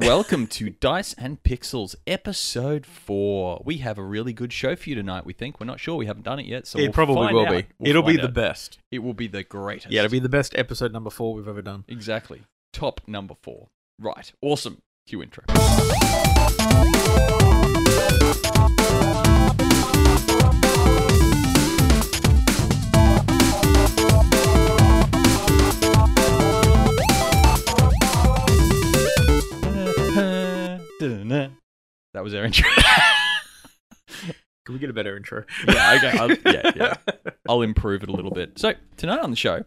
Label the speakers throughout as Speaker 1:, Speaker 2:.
Speaker 1: welcome to Dice and Pixels, episode four. We have a really good show for you tonight. We think we're not sure. We haven't done it yet, so
Speaker 2: it
Speaker 1: we'll
Speaker 2: probably
Speaker 1: find
Speaker 2: will
Speaker 1: out.
Speaker 2: be.
Speaker 1: We'll
Speaker 2: it'll be
Speaker 1: find
Speaker 2: the
Speaker 1: out.
Speaker 2: best.
Speaker 1: It will be the greatest.
Speaker 2: Yeah, it'll be the best episode number four we've ever done.
Speaker 1: exactly top number four. Right, awesome. Cue intro. That was our intro.
Speaker 2: Can we get a better intro?
Speaker 1: yeah, okay. I'll, yeah, yeah. I'll improve it a little bit. So tonight on the show,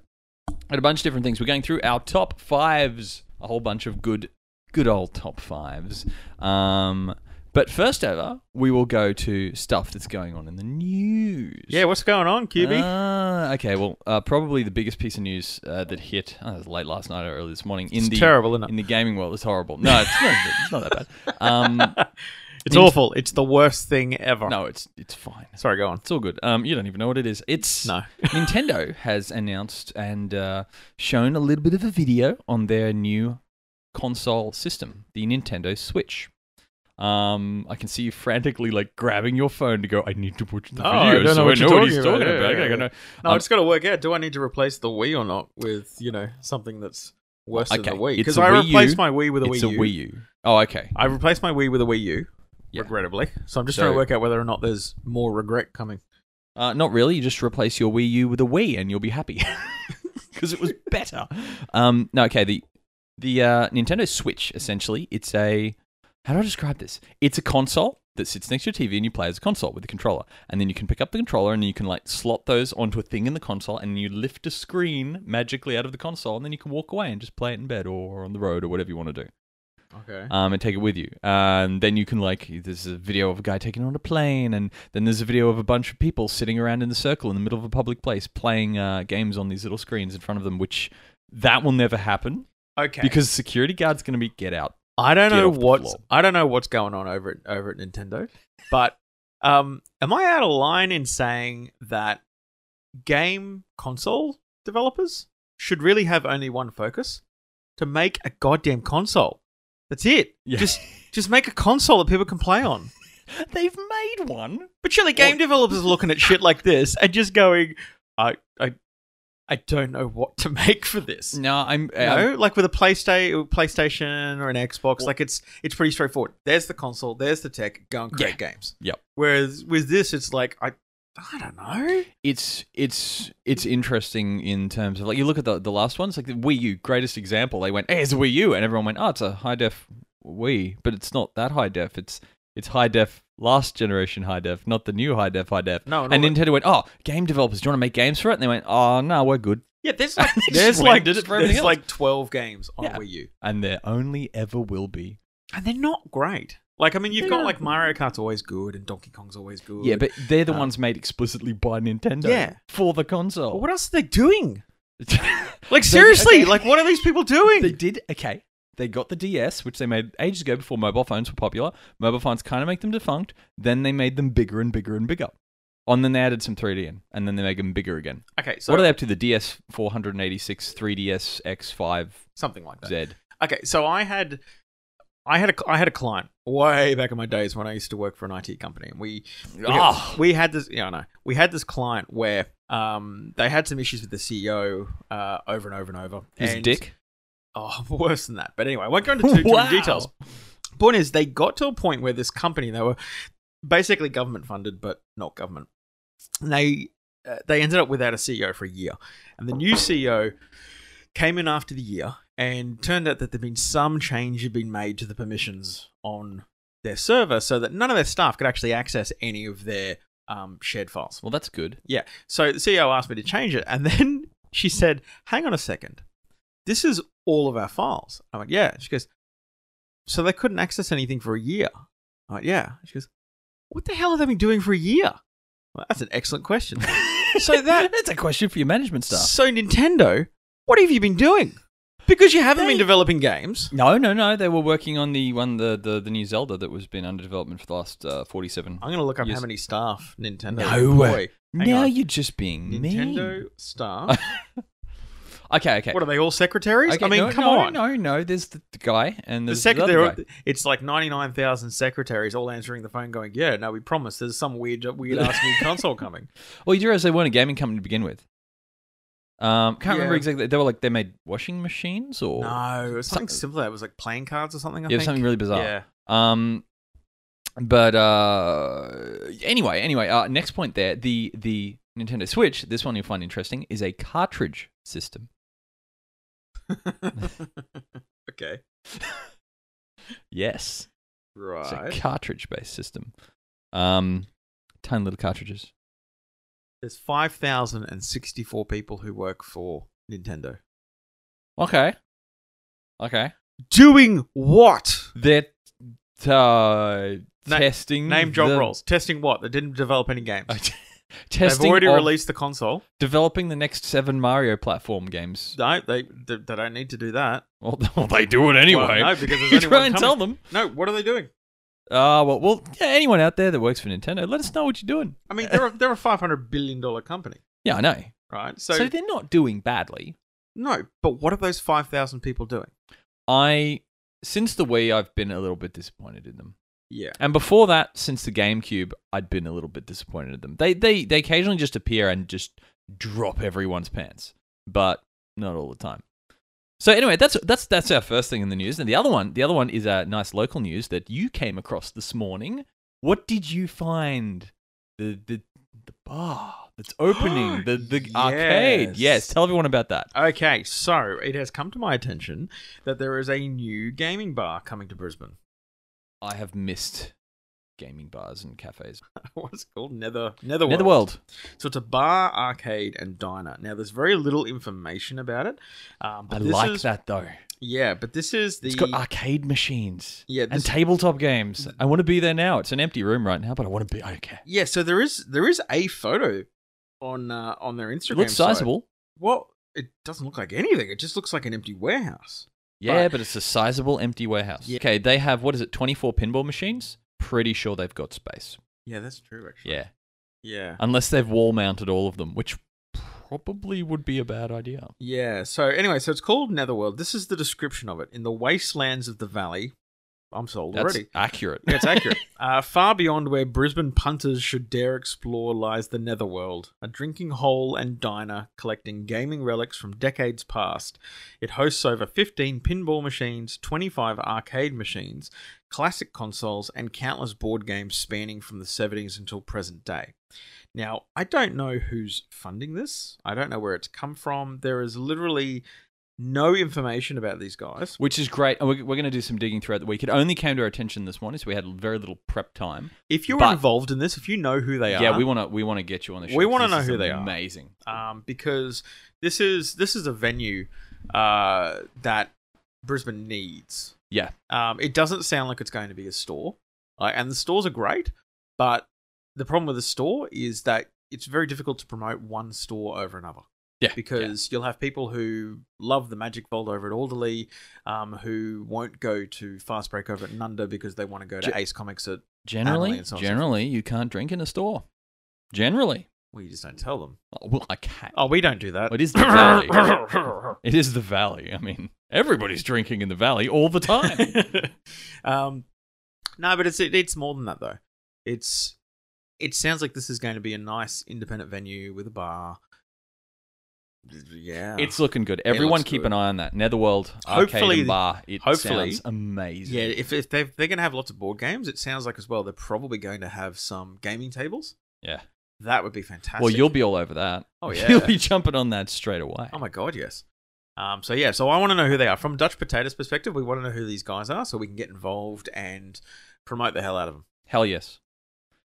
Speaker 1: had a bunch of different things. We're going through our top fives, a whole bunch of good, good old top fives. Um, but first ever, we will go to stuff that's going on in the news.
Speaker 2: Yeah, what's going on, QB?
Speaker 1: Ah, okay, well, uh, probably the biggest piece of news uh, that hit uh, it was late last night or early this morning in
Speaker 2: it's
Speaker 1: the
Speaker 2: terrible, isn't it?
Speaker 1: in the gaming world. It's horrible. No, it's not, it's not that bad. Um,
Speaker 2: It's awful. It's the worst thing ever.
Speaker 1: no, it's it's fine.
Speaker 2: Sorry, go on.
Speaker 1: It's all good. Um, you don't even know what it is. It's
Speaker 2: No.
Speaker 1: Nintendo has announced and uh, shown a little bit of a video on their new console system, the Nintendo Switch. Um, I can see you frantically like grabbing your phone to go. I need to watch the
Speaker 2: No, Oh, I
Speaker 1: video.
Speaker 2: don't know
Speaker 1: so
Speaker 2: what
Speaker 1: I
Speaker 2: you're
Speaker 1: know what
Speaker 2: talking
Speaker 1: he's
Speaker 2: about.
Speaker 1: talking
Speaker 2: Yeah,
Speaker 1: about.
Speaker 2: yeah,
Speaker 1: I
Speaker 2: yeah.
Speaker 1: gotta know.
Speaker 2: No,
Speaker 1: Um,
Speaker 2: I just got to work out. Do I need to replace the Wii or not with, you know, something that's worse
Speaker 1: Okay,
Speaker 2: than the Wii?
Speaker 1: it's
Speaker 2: Because
Speaker 1: a
Speaker 2: I
Speaker 1: Wii U.
Speaker 2: replaced my Wii with a
Speaker 1: it's
Speaker 2: Wii
Speaker 1: a
Speaker 2: U.
Speaker 1: Wii U. Oh, okay.
Speaker 2: I replaced my Wii with a Wii U,
Speaker 1: Yeah.
Speaker 2: regrettably. So I'm just
Speaker 1: So-
Speaker 2: trying to work out whether or not there's more regret coming.
Speaker 1: Uh, not really. You just replace your Wii U with a Wii, and you'll be happy because it was better. Um, no, okay. The the uh, Nintendo Switch essentially, it's a how do I describe this? It's a console that sits next to your TV, and you play as a console with a controller, and then you can pick up the controller, and you can like slot those onto a thing in the console, and you lift a screen magically out of the console, and then you can walk away and just play it in bed or on the road or whatever you want to do
Speaker 2: Okay.
Speaker 1: um, and take it with you. Um, then you can like, there's a video of a guy taking it on a plane, and then there's a video of a bunch of people sitting around in the circle in the middle of a public place playing uh, games on these little screens in front of them. Which that will never happen
Speaker 2: Okay.
Speaker 1: because security guard's going to be get out.
Speaker 2: I don't
Speaker 1: Get
Speaker 2: know
Speaker 1: off the
Speaker 2: what's
Speaker 1: floor.
Speaker 2: I don't know what's going on over at over at Nintendo, but um, am I out of line in saying that game console developers should really have only one focus to make a goddamn console? That's it.
Speaker 1: Yeah.
Speaker 2: Just just make a console that people can play on.
Speaker 1: They've made one.
Speaker 2: But surely game developers are looking at shit like this and just going, I I I don't know what to make for this.
Speaker 1: No, I'm.
Speaker 2: You know, like with a PlayStation, PlayStation or an Xbox, like it's it's pretty straightforward. There's the console, there's the tech, go and create games.
Speaker 1: Yep.
Speaker 2: Whereas with this, it's like I, I don't know.
Speaker 1: it's it's it's interesting in terms of like you look at the the last ones like the Wii U greatest example they went hey it's a Wii U and everyone went oh it's a high def Wii but it's not that high def it's it's high def last generation high def not the new high def high def
Speaker 2: No,
Speaker 1: and
Speaker 2: no,
Speaker 1: Nintendo went oh game developers do you want to make games for it and they went oh no we're good
Speaker 2: Yeah, there's like
Speaker 1: just
Speaker 2: there's like
Speaker 1: blended it for
Speaker 2: there's
Speaker 1: everything
Speaker 2: like twelve games on
Speaker 1: Yeah.
Speaker 2: Wii U,
Speaker 1: and there only ever will be
Speaker 2: and they're not great. Like I mean, you've
Speaker 1: They
Speaker 2: got
Speaker 1: are.
Speaker 2: like Mario Kart's always good and Donkey Kong's always good.
Speaker 1: yeah but they're the
Speaker 2: Uh,
Speaker 1: ones made explicitly by Nintendo
Speaker 2: Yeah.
Speaker 1: for the
Speaker 2: But
Speaker 1: console
Speaker 2: what else are they doing? Like
Speaker 1: They-
Speaker 2: seriously,
Speaker 1: okay.
Speaker 2: like what are these people
Speaker 1: They
Speaker 2: doing?
Speaker 1: did okay. They got the DS, which they made ages ago before mobile phones were popular. Mobile phones kind of make them defunct. Then they made them bigger and bigger and bigger. And then they added some 3D in, and then they make them bigger again.
Speaker 2: Okay, so
Speaker 1: what are they up to? The DS 486, 3DS X5Z.
Speaker 2: something like that. Okay, so I had, I had a, I had a client way back in my days when I used to work for an IT company, and we, we,
Speaker 1: Ah.
Speaker 2: we had this, yeah, I know, we had this client where um they had some issues with the CEO uh over and over and over.
Speaker 1: His
Speaker 2: and,
Speaker 1: dick.
Speaker 2: Oh, worse than that. But anyway, I won't go into too, too
Speaker 1: Wow.
Speaker 2: many details. Point is, they got to a point where this company they were basically government funded, but not government. And they uh, they ended up without a CEO for a year, and the new CEO came in after the year, and turned out that there'd been some change had been made to the permissions on their server, so that none of their staff could actually access any of their um, shared files.
Speaker 1: Well, that's good.
Speaker 2: Yeah. So the CEO asked me to change it, and then she said, "Hang on a second, this is all of our files." I went, "Yeah." She goes, "So they couldn't access anything for a year?" I went, "Yeah." She goes, "What the hell have they been doing for a year?" Well, that's an excellent question. so that
Speaker 1: that's a question for your management staff.
Speaker 2: so Nintendo, what have you been doing? Because you haven't
Speaker 1: They-
Speaker 2: been developing games.
Speaker 1: No, no, no. They were working on the one, the the, the new Zelda that was been under development for the last uh, 47.
Speaker 2: I'm going to look up
Speaker 1: Yes.
Speaker 2: how many staff Nintendo.
Speaker 1: No.
Speaker 2: employ. Hang
Speaker 1: now
Speaker 2: on.
Speaker 1: you're just being mean.
Speaker 2: Nintendo staff.
Speaker 1: Okay, okay.
Speaker 2: What are they all secretaries?
Speaker 1: okay
Speaker 2: I mean,
Speaker 1: no,
Speaker 2: come
Speaker 1: no,
Speaker 2: on.
Speaker 1: No, no, there's the, the guy and
Speaker 2: The
Speaker 1: there's the,
Speaker 2: secretary,
Speaker 1: other guy.
Speaker 2: it's like ninety nine thousand secretaries all answering the phone, going, "Yeah, no, we promise. There's some weird, weird ass new console coming."
Speaker 1: Well, you do realize they weren't a gaming company to begin with. Um, can't remember
Speaker 2: Yeah.
Speaker 1: exactly. They were like they made washing machines or
Speaker 2: No, it was something
Speaker 1: Some-
Speaker 2: similar. It was like playing cards or something. I
Speaker 1: yeah,
Speaker 2: think.
Speaker 1: something really bizarre.
Speaker 2: Yeah,
Speaker 1: Um, but uh, anyway, anyway, uh, next point there. The the Nintendo Switch. This one you'll find interesting is a cartridge system.
Speaker 2: okay,
Speaker 1: Yes, it's
Speaker 2: right.
Speaker 1: a cartridge based system. Um, tiny little cartridges.
Speaker 2: There's five thousand and sixty four people who work for Nintendo.
Speaker 1: Okay, okay.
Speaker 2: Doing what?
Speaker 1: They're uh,
Speaker 2: Na-
Speaker 1: testing
Speaker 2: Name job
Speaker 1: the-
Speaker 2: roles. Testing what? They didn't develop any games. They've
Speaker 1: testing.
Speaker 2: already
Speaker 1: of
Speaker 2: released the console.
Speaker 1: developing the next seven Mario platform games.
Speaker 2: No, they, they they don't need to do that.
Speaker 1: Well, well they do it anyway.
Speaker 2: Well, no, because there's
Speaker 1: you
Speaker 2: only
Speaker 1: try
Speaker 2: one
Speaker 1: and
Speaker 2: coming.
Speaker 1: tell them.
Speaker 2: No, what are they doing?
Speaker 1: Uh, well, well, yeah, anyone out there that works for Nintendo, let us know what you're doing.
Speaker 2: I mean, they're a, they're a five hundred billion dollar company,
Speaker 1: Yeah, I know.
Speaker 2: right? So,
Speaker 1: So, they're not doing badly.
Speaker 2: no, but what are those five thousand people doing?
Speaker 1: I since the Wii, I've been a little bit disappointed in them.
Speaker 2: Yeah,
Speaker 1: And before that, since the GameCube, I'd been a little bit disappointed in them. They they they occasionally just appear and just drop everyone's pants, but not all the time. So anyway, that's that's that's our first thing in the news. And the other one, the other one is a nice local news that you came across this morning. What did you find? The the the bar that's opening, the the arcade.
Speaker 2: Yes.
Speaker 1: Yes, tell everyone about that.
Speaker 2: Okay, so it has come to my attention that there is a new gaming bar coming to Brisbane.
Speaker 1: I have missed gaming bars and cafes.
Speaker 2: What's it called Nether Netherworld.
Speaker 1: Netherworld.
Speaker 2: So it's a bar, arcade, and diner. Now there's very little information about it. Um, but
Speaker 1: I
Speaker 2: this
Speaker 1: like
Speaker 2: is-
Speaker 1: that though.
Speaker 2: Yeah, but this is the
Speaker 1: It's got arcade machines
Speaker 2: yeah
Speaker 1: and
Speaker 2: this,
Speaker 1: tabletop games. I want to be there now. It's an empty room right now, but I want to be. Okay,
Speaker 2: yeah. So there is there is a photo on uh, on their Instagram.
Speaker 1: it looks
Speaker 2: site.
Speaker 1: sizable.
Speaker 2: Well, it doesn't look like anything. It just looks like an empty warehouse.
Speaker 1: Yeah, but it's a sizable empty warehouse.
Speaker 2: Yeah.
Speaker 1: Okay, they have what is it? Twenty-four pinball machines. Pretty sure they've got space.
Speaker 2: Yeah, that's true. Actually.
Speaker 1: Yeah,
Speaker 2: Yeah.
Speaker 1: unless they've wall-mounted all of them, which probably would be a bad idea.
Speaker 2: Yeah. So anyway, so it's called Netherworld. This is the description of it. In the wastelands of the valley, I'm sold
Speaker 1: That's
Speaker 2: already.
Speaker 1: accurate.
Speaker 2: Yeah, it's accurate. uh, far beyond where Brisbane punters should dare explore lies the Netherworld, a drinking hole and diner collecting gaming relics from decades past. It hosts over 15 pinball machines, 25 arcade machines, classic consoles, and countless board games spanning from the 70s until present day. Now, I don't know who's funding this. I don't know where it's come from. There is literally no information about these guys.
Speaker 1: Which is great. And We're, we're going to do some digging throughout the week. It only came to our attention this morning, so we had very little prep time.
Speaker 2: If you're
Speaker 1: But-
Speaker 2: involved in this, if you know who they are,
Speaker 1: Yeah, we want to we want to get you on the show.
Speaker 2: We
Speaker 1: 'cause
Speaker 2: wanna
Speaker 1: this
Speaker 2: know
Speaker 1: is
Speaker 2: who they are.
Speaker 1: Amazing.
Speaker 2: um, because this is this is a venue uh, that Brisbane needs.
Speaker 1: Yeah.
Speaker 2: Um, it doesn't sound like it's going to be a store, uh, and the stores are great, but the problem with the store is that it's very difficult to promote one store over another
Speaker 1: Yeah, yeah.
Speaker 2: because you'll have people who love the Magic Vault over at Alderley, um, who won't go to Fast Break over at Nunda because they want to go to
Speaker 1: Ge-
Speaker 2: Ace Comics at
Speaker 1: Generally,
Speaker 2: Adelaide and so on and so
Speaker 1: generally, you can't drink in a store. Generally,
Speaker 2: well, you just don't tell them.
Speaker 1: oh, well, I can't.
Speaker 2: Oh, we don't do that.
Speaker 1: It is the valley. It is the valley. I mean, everybody's drinking in the valley all the time.
Speaker 2: um, no, but it's it, it's more than that though. It's it sounds like this is going to be a nice independent venue with a bar. Yeah,
Speaker 1: it's looking good. Everyone,
Speaker 2: looks
Speaker 1: keep
Speaker 2: good.
Speaker 1: an eye on that Netherworld arcade
Speaker 2: Hopefully-
Speaker 1: and bar. It
Speaker 2: hopefully-
Speaker 1: sounds amazing.
Speaker 2: yeah. If if they they're going to have lots of board games, it sounds like as well they're probably going to have some gaming tables.
Speaker 1: Yeah.
Speaker 2: That would be fantastic.
Speaker 1: Well, you'll be all over that.
Speaker 2: Oh,
Speaker 1: you'll
Speaker 2: yeah.
Speaker 1: be jumping on that straight away.
Speaker 2: Oh my god, yes. Um, so yeah, so I want to know who they are from Dutch Potatoes' perspective. We want to know who these guys are, so we can get involved and promote the hell out of them.
Speaker 1: Hell yes.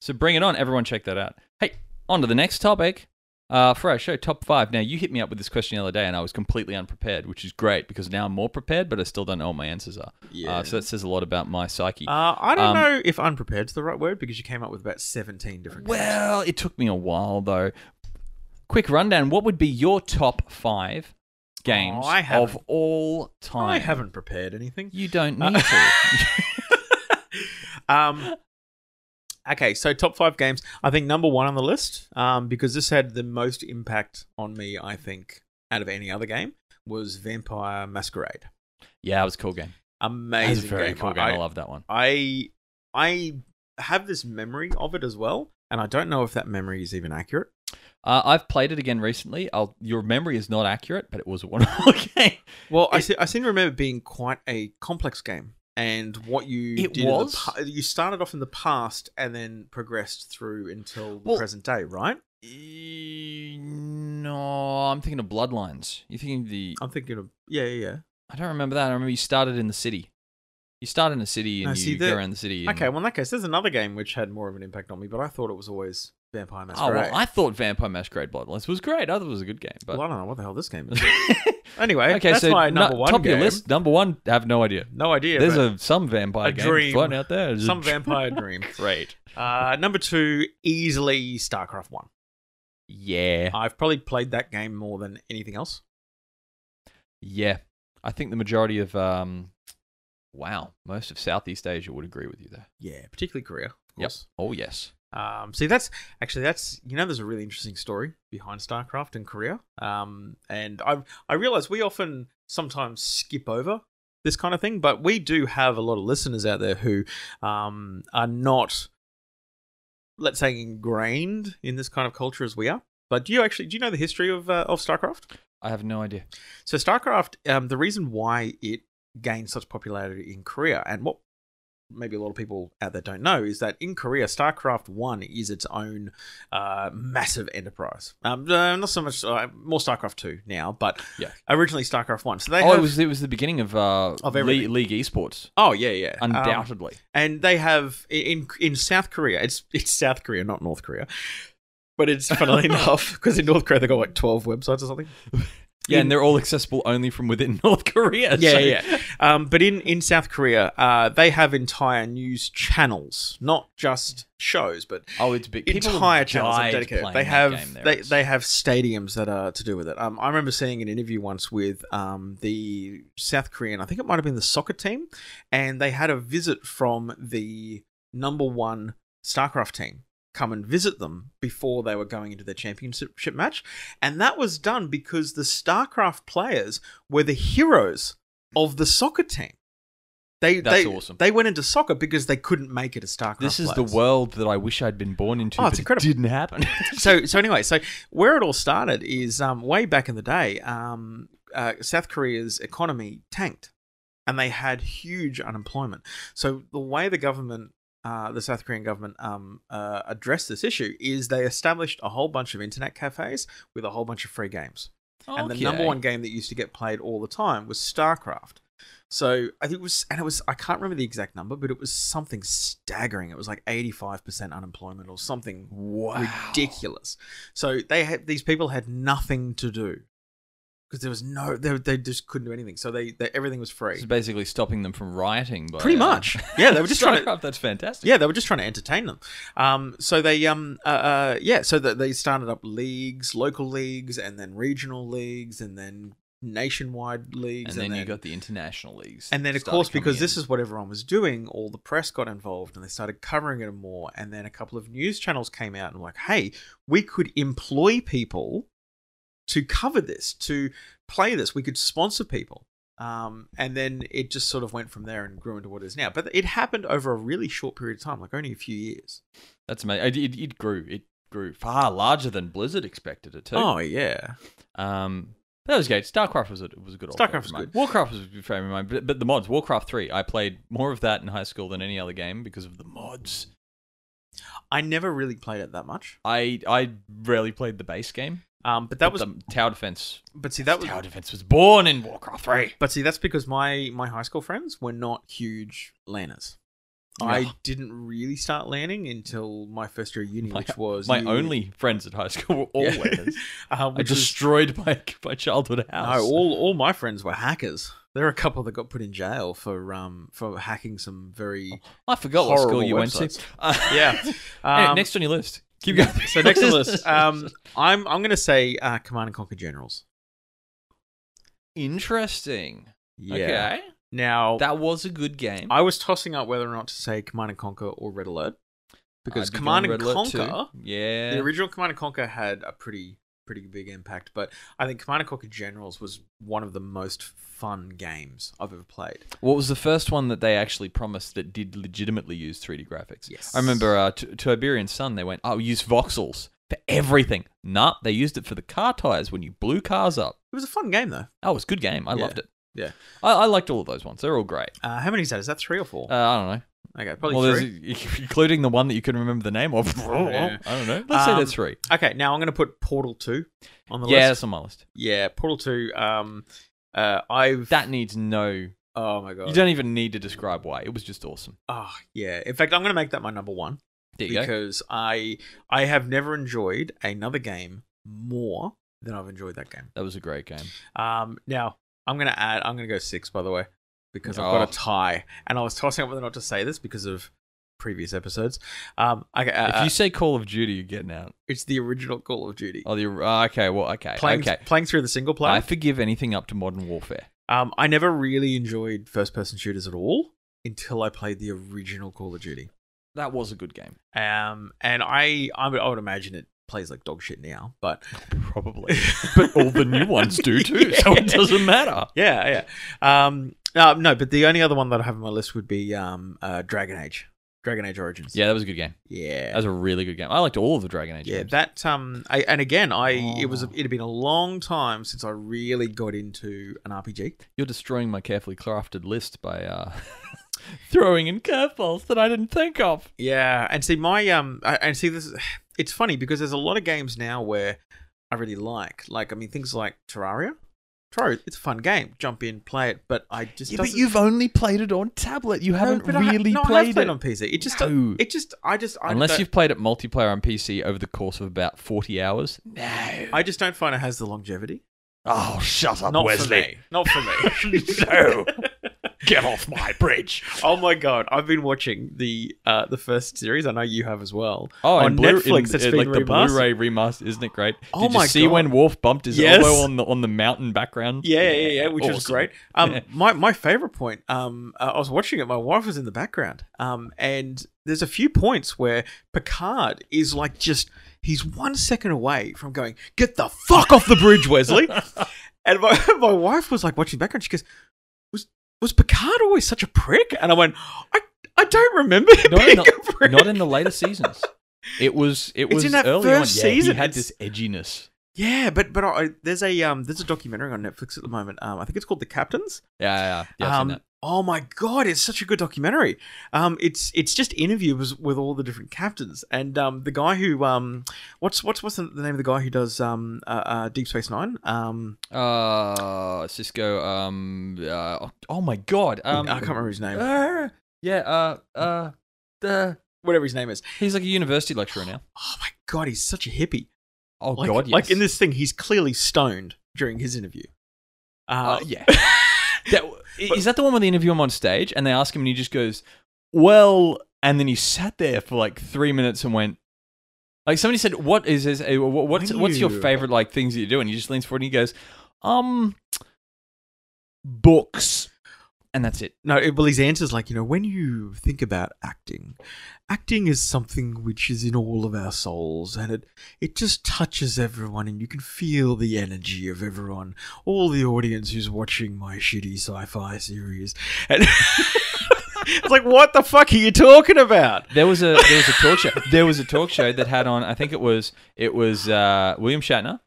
Speaker 1: So bring it on. Everyone check that out. Hey, on to the next topic uh, for our show, top five. Now, you hit me up with this question the other day and I was completely unprepared, which is great because now I'm more prepared, but I still don't know what my answers are. Uh, so that says a lot about my psyche.
Speaker 2: Uh, I don't
Speaker 1: Um,
Speaker 2: know if unprepared's the right word because you came up with about 17 different games.
Speaker 1: well, it took me a while, though. Quick rundown. What would be your top five games
Speaker 2: Oh, I haven't-
Speaker 1: of all time?
Speaker 2: I haven't prepared anything.
Speaker 1: You don't
Speaker 2: Uh,
Speaker 1: need to.
Speaker 2: Um, okay, so top five games. I think number one on the list um, because this had the most impact on me, I think, out of any other game was Vampire Masquerade.
Speaker 1: Yeah, it was a cool game. It
Speaker 2: Amazing,
Speaker 1: was a very
Speaker 2: game.
Speaker 1: cool game.
Speaker 2: I,
Speaker 1: I love that one.
Speaker 2: I I have this memory of it as well, and I don't know if that memory is even accurate.
Speaker 1: Uh, I've played it again recently. I'll, your memory is not accurate, but it was a wonderful game.
Speaker 2: Well, I
Speaker 1: It-
Speaker 2: se- I seem to remember it being quite a complex game, and what you
Speaker 1: It
Speaker 2: did in the
Speaker 1: was?
Speaker 2: pa- you started off in the past and then progressed through until the
Speaker 1: Well-
Speaker 2: present day, right?
Speaker 1: E- No, I'm thinking of Bloodlines. You're thinking of the.
Speaker 2: I'm thinking of yeah, yeah,
Speaker 1: I don't remember that. I remember you started in the city. You start in the city and
Speaker 2: No,
Speaker 1: you
Speaker 2: see,
Speaker 1: go
Speaker 2: the-
Speaker 1: around the city.
Speaker 2: yeah.
Speaker 1: and-
Speaker 2: Okay, well in that case, there's another game which had more of an impact on me, but I thought it was always Vampire
Speaker 1: oh,
Speaker 2: Masquerade.
Speaker 1: well, I thought Vampire Masquerade Bloodlines was great. I thought it was a good game. But
Speaker 2: Well, I don't know what the hell this game is. anyway,
Speaker 1: okay,
Speaker 2: that's
Speaker 1: so
Speaker 2: my
Speaker 1: nu-
Speaker 2: number one
Speaker 1: top of
Speaker 2: game.
Speaker 1: your list, number one, I have no idea.
Speaker 2: No idea.
Speaker 1: There's
Speaker 2: but
Speaker 1: a some vampire
Speaker 2: a
Speaker 1: game
Speaker 2: dream.
Speaker 1: floating out there. There's a
Speaker 2: some
Speaker 1: dr-
Speaker 2: vampire dream.
Speaker 1: Great.
Speaker 2: Uh, number two, easily StarCraft One.
Speaker 1: Yeah,
Speaker 2: I've probably played that game more than anything else.
Speaker 1: yeah. I think the majority of um, wow, most of Southeast Asia would agree with you there.
Speaker 2: Yeah, particularly Korea. Of
Speaker 1: Yep.
Speaker 2: course.
Speaker 1: Oh yes.
Speaker 2: Um, see, that's actually that's you know there's a really interesting story behind StarCraft in Korea. Um, and I I realize we often sometimes skip over this kind of thing, but we do have a lot of listeners out there who um, are not, let's say, ingrained in this kind of culture as we are. But do you actually do you know the history of uh, of StarCraft?
Speaker 1: I have no idea.
Speaker 2: So StarCraft, um, the reason why it gained such popularity in Korea, and what maybe a lot of people out there don't know, is that in Korea, StarCraft One is its own uh, massive enterprise. Um, uh, not so much uh, more StarCraft Two now, but
Speaker 1: Yeah.
Speaker 2: originally StarCraft One. So they
Speaker 1: oh,
Speaker 2: have,
Speaker 1: it was it was the beginning of uh
Speaker 2: Of
Speaker 1: Le-
Speaker 2: everything.
Speaker 1: league, esports,
Speaker 2: oh yeah yeah Um,
Speaker 1: undoubtedly.
Speaker 2: and they have in in South Korea. It's it's South Korea, not North Korea. But it's funnily enough because in North Korea they got like twelve websites or something.
Speaker 1: yeah,
Speaker 2: in-
Speaker 1: and they're all accessible only from within North Korea.
Speaker 2: Yeah,
Speaker 1: so-
Speaker 2: yeah. yeah. Um, but in, in South Korea, uh, they have entire news channels, not just shows, but
Speaker 1: Oh, it's big. People have
Speaker 2: entire channels are
Speaker 1: died
Speaker 2: dedicated.
Speaker 1: playing
Speaker 2: They
Speaker 1: that
Speaker 2: have
Speaker 1: game there.
Speaker 2: they,
Speaker 1: It's-
Speaker 2: they have stadiums that are to do with it. Um, I remember seeing an interview once with um, the South Korean, I think it might have been the soccer team, and they had a visit from the number one StarCraft team come and visit them before they were going into their championship match. And that was done because the StarCraft players were the heroes of the soccer team. They,
Speaker 1: That's
Speaker 2: they,
Speaker 1: awesome.
Speaker 2: They went into soccer because they couldn't make it a StarCraft.
Speaker 1: This is the
Speaker 2: players.
Speaker 1: world that I wish I'd been born into.
Speaker 2: Oh, it's
Speaker 1: but
Speaker 2: incredible.
Speaker 1: It didn't happen.
Speaker 2: so so anyway, so where it all started is um, way back in the day, um, uh, South Korea's economy tanked, and they had huge unemployment. So the way the government, uh, the South Korean government, um, uh, addressed this issue is they established a whole bunch of internet cafes with a whole bunch of free games, and the number
Speaker 1: Okay.
Speaker 2: one game that used to get played all the time was StarCraft. So I think it was, and it was, I can't remember the exact number, but it was something staggering. It was like 85% unemployment or something
Speaker 1: wow.
Speaker 2: ridiculous. So they had these people had nothing to do because there was no they, they just couldn't do anything. So they, they everything was free.
Speaker 1: It's basically stopping them from rioting. By,
Speaker 2: Pretty
Speaker 1: uh,
Speaker 2: much, yeah. They were just trying to
Speaker 1: StarCraft, That's fantastic.
Speaker 2: yeah, they were just trying to entertain them. Um, so they, um, uh, uh, yeah, so that they started up leagues, local leagues, and then regional leagues, and then nationwide
Speaker 1: And
Speaker 2: leagues,
Speaker 1: then you got the international leagues.
Speaker 2: and then, of
Speaker 1: started
Speaker 2: course,
Speaker 1: coming
Speaker 2: because this
Speaker 1: in.
Speaker 2: is what everyone was doing, all the press got involved and they started covering it more. And then a couple of news channels came out and were like, hey, we could employ people to cover this, to play this. We could sponsor people. Um, and then it just sort of went from there and grew into what it is now. But it happened over a really short period of time, like only a few years.
Speaker 1: that's amazing. It, it, it grew. It grew far larger than Blizzard expected it to.
Speaker 2: Oh, yeah.
Speaker 1: Um, but that was great. StarCraft was a, was a good old favorite
Speaker 2: StarCraft was
Speaker 1: of mine.
Speaker 2: good.
Speaker 1: Warcraft was a good favorite of mine, but, but the mods, Warcraft 3, I played more of that in high school than any other game because of the mods.
Speaker 2: I never really played it that much.
Speaker 1: I I rarely played the base game.
Speaker 2: Um, but that
Speaker 1: but
Speaker 2: was,
Speaker 1: the tower defense.
Speaker 2: but see, that was,
Speaker 1: tower defense was born in Warcraft 3.
Speaker 2: But see, that's because my my high school friends were not huge laners.
Speaker 1: Yeah.
Speaker 2: I didn't really start lanning until my first year of uni,
Speaker 1: My-
Speaker 2: which was
Speaker 1: My
Speaker 2: year-
Speaker 1: only friends at high school were all
Speaker 2: Yeah.
Speaker 1: laners.
Speaker 2: Uh,
Speaker 1: I
Speaker 2: which was-
Speaker 1: destroyed my my childhood house.
Speaker 2: no, all all my friends were hackers. There were a couple that got put in jail for um for hacking some very
Speaker 1: I forgot what school
Speaker 2: horrible
Speaker 1: you went
Speaker 2: websites.
Speaker 1: to. Uh,
Speaker 2: yeah.
Speaker 1: anyway,
Speaker 2: Um,
Speaker 1: next on your list. Keep going.
Speaker 2: so next on the list, um, I'm I'm gonna say uh, Command and Conquer Generals.
Speaker 1: interesting.
Speaker 2: Yeah.
Speaker 1: Okay,
Speaker 2: Now
Speaker 1: that was a good game.
Speaker 2: I was tossing up whether or not to say Command and Conquer or Red Alert because
Speaker 1: I'd be
Speaker 2: uh, Command
Speaker 1: going
Speaker 2: and
Speaker 1: Red Alert too.
Speaker 2: Conquer.
Speaker 1: Yeah.
Speaker 2: The original Command and Conquer had a pretty pretty big impact. But I think Commander Conquer Generals was one of the most fun games I've ever played.
Speaker 1: What was the first one that they actually promised that did legitimately use 3D graphics?
Speaker 2: Yes.
Speaker 1: I remember uh, to, to Iberian Sun, they went, oh, use voxels for everything. Nah, they used it for the car tires when you blew cars up.
Speaker 2: It was a fun game though.
Speaker 1: Oh, it was a good game. I
Speaker 2: Yeah.
Speaker 1: loved it.
Speaker 2: Yeah.
Speaker 1: I, I liked all of those ones. They're all great.
Speaker 2: Uh, how many is that? Is that three or four?
Speaker 1: Uh, I don't know.
Speaker 2: okay, probably
Speaker 1: well,
Speaker 2: three.
Speaker 1: there's including the one that you can remember the name of.
Speaker 2: Yeah.
Speaker 1: I don't know. Let's say
Speaker 2: Um,
Speaker 1: there's three.
Speaker 2: Okay, now I'm going to put Portal 2 on the
Speaker 1: Yeah,
Speaker 2: list.
Speaker 1: that's on my list.
Speaker 2: Yeah, Portal 2. Um, uh, I've.
Speaker 1: That needs no.
Speaker 2: oh my god.
Speaker 1: You don't even need to describe why. It was just awesome.
Speaker 2: oh yeah. In fact, I'm going to make that my number one
Speaker 1: There you go.
Speaker 2: because I I have never enjoyed another game more than I've enjoyed that game.
Speaker 1: That was a great game.
Speaker 2: Um, now I'm going to add. I'm going to go six by the way because I've
Speaker 1: Oh.
Speaker 2: got a tie, and I was tossing up whether or not to say this because of previous episodes. Um, okay, uh,
Speaker 1: if
Speaker 2: uh,
Speaker 1: you say Call of Duty, you're getting out.
Speaker 2: it's the original Call of Duty.
Speaker 1: Oh, the, uh, okay. Well, okay.
Speaker 2: Playing,
Speaker 1: okay.
Speaker 2: playing through the single player.
Speaker 1: I forgive anything up to Modern Warfare.
Speaker 2: Um, I never really enjoyed first person shooters at all until I played the original Call of Duty.
Speaker 1: That was a good game.
Speaker 2: Um, and I, I would, I would imagine it plays like dog shit now, but
Speaker 1: Probably. but all the new ones do too, so it doesn't matter.
Speaker 2: yeah, yeah. Um, no, no, but the only other one that I have on my list would be um, uh, Dragon Age, Dragon Age Origins.
Speaker 1: Yeah, that was a good game. That
Speaker 2: yeah,
Speaker 1: was a really good game. I liked all of the Dragon Age
Speaker 2: yeah.
Speaker 1: games.
Speaker 2: That um, I, and again, I it was
Speaker 1: Oh.
Speaker 2: it had been a long time since I really got into an RPG.
Speaker 1: You're destroying my carefully crafted list by uh, throwing in curveballs that I didn't think of.
Speaker 2: Yeah, and see my um, I- and see this. is- It's funny because there's a lot of games now where I really like, like I mean things like Terraria. Terraria, it's a fun game. Jump in, play it, but I just
Speaker 1: Yeah, but
Speaker 2: doesn't-
Speaker 1: you've only played it on tablet. You
Speaker 2: No,
Speaker 1: haven't
Speaker 2: but I ha-
Speaker 1: really
Speaker 2: no, I
Speaker 1: played
Speaker 2: have played
Speaker 1: it.
Speaker 2: on PC. It just
Speaker 1: No.
Speaker 2: it just I just I
Speaker 1: Unless
Speaker 2: don't-
Speaker 1: you've played it multiplayer on PC over the course of about 40 hours. No.
Speaker 2: I just don't find it has the longevity.
Speaker 1: oh, shut up,
Speaker 2: Not
Speaker 1: Wesley.
Speaker 2: for me. Not for me.
Speaker 1: No. Get off my bridge.
Speaker 2: Oh my god! I've been watching the uh the first series. I know you have as well.
Speaker 1: Oh,
Speaker 2: on
Speaker 1: and Blu-
Speaker 2: Netflix,
Speaker 1: in-
Speaker 2: it's
Speaker 1: in,
Speaker 2: been
Speaker 1: like the
Speaker 2: remastered.
Speaker 1: Blu-ray remaster, isn't it great?
Speaker 2: Oh
Speaker 1: Did you
Speaker 2: my
Speaker 1: see
Speaker 2: God.
Speaker 1: when Worf bumped his
Speaker 2: Yes.
Speaker 1: elbow on the on the mountain background?
Speaker 2: Yeah, yeah, yeah, which is
Speaker 1: awesome.
Speaker 2: great. Um, my my favorite point. Um, uh, I was watching it. My wife was in the background. Um, and there's a few points where Picard is like just he's one second away from going, "Get the fuck off the bridge, Wesley." and my my wife was like watching the background. She goes, "Was was Picard always such a prick?" And I went, "I I don't remember him
Speaker 1: No,
Speaker 2: being
Speaker 1: not-
Speaker 2: a prick."
Speaker 1: Not in the later seasons. It was. It
Speaker 2: It's
Speaker 1: was
Speaker 2: in that
Speaker 1: early
Speaker 2: first
Speaker 1: on. Yeah,
Speaker 2: season,
Speaker 1: he had
Speaker 2: it's-
Speaker 1: this edginess.
Speaker 2: yeah, but but I, there's a um there's a documentary on Netflix at the moment. Um, I think it's called The Captains.
Speaker 1: Yeah, yeah, yeah. I've seen that.
Speaker 2: Oh my god, it's such a good documentary. Um, it's it's just interviews with all the different captains and um, the guy who um, what's what's what's the name of the guy who does um, uh, uh, Deep Space Nine? Um,
Speaker 1: Uh, Cisco. Um. Uh, oh my God. Um.
Speaker 2: I can't remember his name.
Speaker 1: uh, yeah. Uh. Uh. The.
Speaker 2: Whatever his name is.
Speaker 1: He's like a university lecturer now.
Speaker 2: Oh my god, he's such a hippie.
Speaker 1: Oh
Speaker 2: Like,
Speaker 1: God. Yes.
Speaker 2: like in this thing, he's clearly stoned during his interview.
Speaker 1: Uh,
Speaker 2: Uh,
Speaker 1: yeah. That- i- is that the one where they interview him on stage and they ask him and he just goes, "Well," and then he sat there for like three minutes and went, like somebody said, "What is this? uh, wh- What's
Speaker 2: When
Speaker 1: what's your
Speaker 2: you-
Speaker 1: favorite like things that you do?" And he just leans forward and he goes, "Um, books," and that's it.
Speaker 2: No, it, well, his answer's like, you know, when you think about acting, acting is something which is in all of our souls and it, it just touches everyone and you can feel the energy of everyone, all the audience who's watching my shitty sci fi series. And it's like, what the fuck are you talking about?
Speaker 1: There was a there was a talk show. There was a talk show that had on. I think it was it was uh, William Shatner.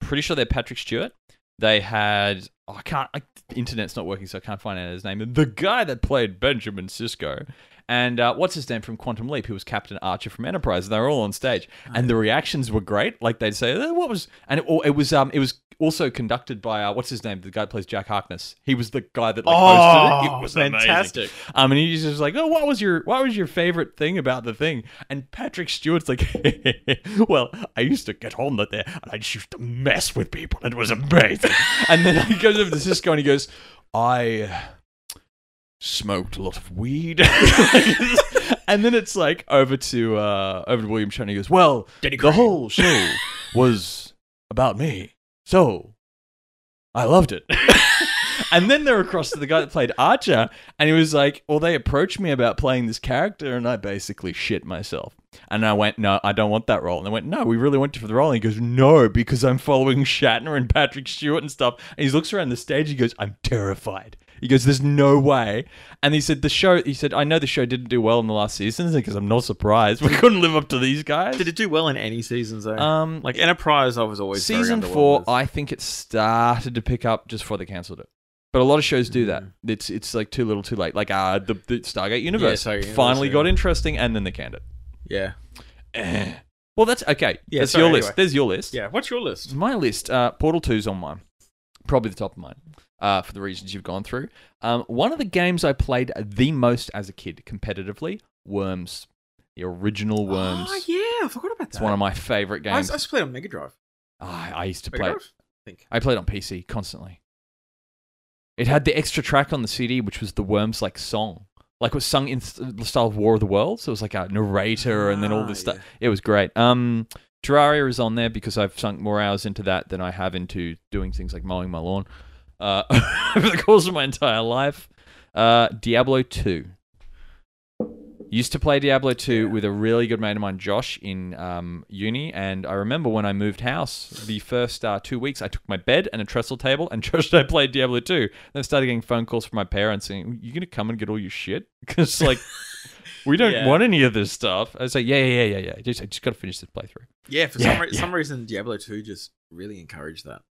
Speaker 1: Pretty sure they're Patrick Stewart. They had oh, I can't. I, the internet's not working, so I can't find out his name. The guy that played Benjamin Cisco. And uh, what's his name from Quantum Leap? Who was Captain Archer from Enterprise? And they were all on stage, and the reactions were great. Like they'd say, "Eh, "What was?" And it, or it was um, it was also conducted by uh, what's his name? The guy that plays Jack Harkness. He was the guy that like hosted it. It was amazing.
Speaker 2: fantastic.
Speaker 1: Um, and he's just like, "Oh, what was your what was your favorite thing about the thing?" And Patrick Stewart's like, "Well, I used to get on that there, and I just used to mess with people. It was amazing." and then he goes over to Cisco and he goes, "I smoked a lot of weed." and then it's like over to uh, over to William Shatner. He goes, "Well,
Speaker 2: Denny
Speaker 1: the
Speaker 2: Crane."
Speaker 1: whole show was about me, so I loved it." And then they're across to the guy that played Archer, and he was like, "Well, they approached me about playing this character, and I basically shit myself." And I went, "No, I don't want that role." And they went, "No, we really want you for the role." And he goes, "No, because I'm following Shatner and Patrick Stewart and stuff." And he looks around the stage. He goes, "I'm terrified." He goes, "There's no way." And he said, "The show." He said, "I know the show didn't do well in the last season because I'm not surprised. We couldn't live up to these guys."
Speaker 2: Did it do well in any seasons though?
Speaker 1: Um,
Speaker 2: like Enterprise, I was always very
Speaker 1: season
Speaker 2: underwhelmed
Speaker 1: four,
Speaker 2: with.
Speaker 1: I think it started to pick up just before they cancelled it. But a lot of shows do that.
Speaker 2: Mm-hmm.
Speaker 1: It's it's like too little, too late. Like uh, the, the Stargate Universe
Speaker 2: Stargate Universe,
Speaker 1: finally
Speaker 2: yeah.
Speaker 1: got interesting, and then they canned it.
Speaker 2: yeah,
Speaker 1: Eh. Well, that's okay.
Speaker 2: Yeah,
Speaker 1: that's
Speaker 2: sorry,
Speaker 1: your
Speaker 2: anyway.
Speaker 1: list. There's your list.
Speaker 2: yeah. What's your list?
Speaker 1: My list. Uh, Portal 2's on mine. Probably the top of mine. Uh, for the reasons you've gone through. Um, one of the games I played the most as a kid competitively, Worms. The original Worms.
Speaker 2: Oh yeah, I forgot about that.
Speaker 1: It's one of my favorite
Speaker 2: I, I
Speaker 1: games.
Speaker 2: just played on Mega Drive.
Speaker 1: Ah, I used to
Speaker 2: Mega
Speaker 1: play it
Speaker 2: Drive. I think.
Speaker 1: I played on PC constantly. It had the extra track on the CD, which was the Worms like song, like it was sung in st- the style of War of the Worlds. So it was like a narrator, and then all
Speaker 2: Ah,
Speaker 1: this stuff. It was great. Um, Terraria is on there because I've sunk more hours into that than I have into doing things like mowing my lawn uh, over the course of my entire life. Uh, Diablo two. Used to play Diablo 2 with a really good mate of mine, Josh, in um, uni. And I remember when I moved house, the first uh, two weeks, I took my bed and a trestle table, and Josh and I played Diablo 2. Then I started getting phone calls from my parents saying, You going to come and get all your shit? Because, like, we don't
Speaker 2: Yeah.
Speaker 1: want any of this stuff. I was like, Yeah, yeah, yeah, yeah. yeah. Just, I just got to finish this playthrough.
Speaker 2: Yeah, for
Speaker 1: Yeah,
Speaker 2: some, re-
Speaker 1: yeah.
Speaker 2: some reason, Diablo 2 just really encouraged that.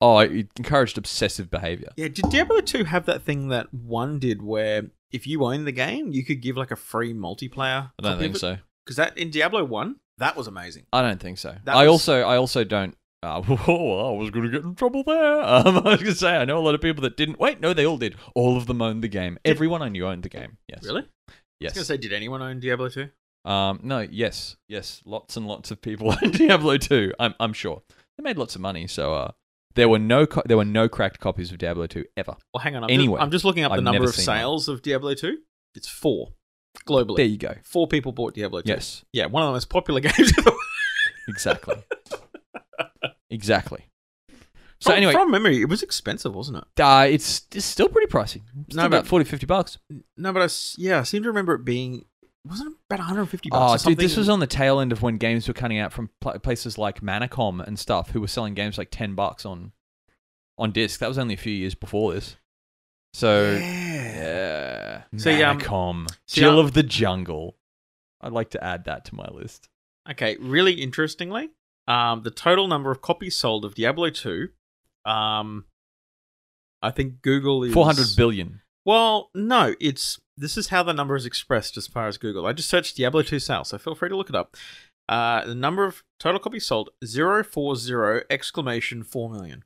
Speaker 1: Oh, it encouraged obsessive behavior.
Speaker 2: Yeah, did Diablo 2 have that thing that 1 did where if you owned the game, you could give like a free multiplayer?
Speaker 1: I don't think so.
Speaker 2: Because that in Diablo 1, that was amazing.
Speaker 1: I don't think so.
Speaker 2: That
Speaker 1: I
Speaker 2: was-
Speaker 1: also, I also don't. Uh, whoa, I was going to get in trouble there. Um, I was going to say I know a lot of people that didn't. Wait, no, they all did. All of them owned the game. Everyone I knew owned the game. Yes.
Speaker 2: Really? I was
Speaker 1: Yes.
Speaker 2: going to say, did anyone own Diablo 2?
Speaker 1: Um, no. Yes. Yes. Lots and lots of people owned Diablo 2. I'm, I'm sure they made lots of money. So uh, there were no, co- there were no cracked copies of Diablo 2 ever.
Speaker 2: Well, hang on. I'm,
Speaker 1: Anyway,
Speaker 2: just, I'm just looking up the
Speaker 1: I've
Speaker 2: number
Speaker 1: never
Speaker 2: of
Speaker 1: seen one.
Speaker 2: sales of Diablo 2. It's four
Speaker 1: There
Speaker 2: globally.
Speaker 1: you go.
Speaker 2: Four people bought Diablo 2.
Speaker 1: Yes.
Speaker 2: Yeah, one of the most popular games of the world.
Speaker 1: Exactly. exactly. So
Speaker 2: From-
Speaker 1: anyway,
Speaker 2: From memory, it was expensive, wasn't it?
Speaker 1: uh, it's, it's still pretty pricey. It's
Speaker 2: No,
Speaker 1: still about
Speaker 2: but-
Speaker 1: 40, 50 bucks.
Speaker 2: No, but I, s- yeah, I seem to remember it being, wasn't it about 150 bucks
Speaker 1: Oh,
Speaker 2: or something?
Speaker 1: dude, this was on the tail end of when games were coming out from pl- places like Manacom and stuff, who were selling games like ten bucks on on disc. That was only a few years before this. So
Speaker 2: Yeah.
Speaker 1: yeah,
Speaker 2: See, um,
Speaker 1: Manacom,
Speaker 2: see,
Speaker 1: Jill
Speaker 2: um,
Speaker 1: of the Jungle. I'd like to add that to my list.
Speaker 2: Okay, really interestingly, um, the total number of copies sold of Diablo 2, um, I think Google is
Speaker 1: Four hundred billion.
Speaker 2: Well, no, it's this is how the number is expressed as far as Google. I just searched Diablo 2 sales, so feel free to look it up. Uh, the number of total copies sold 040 exclamation 4 million.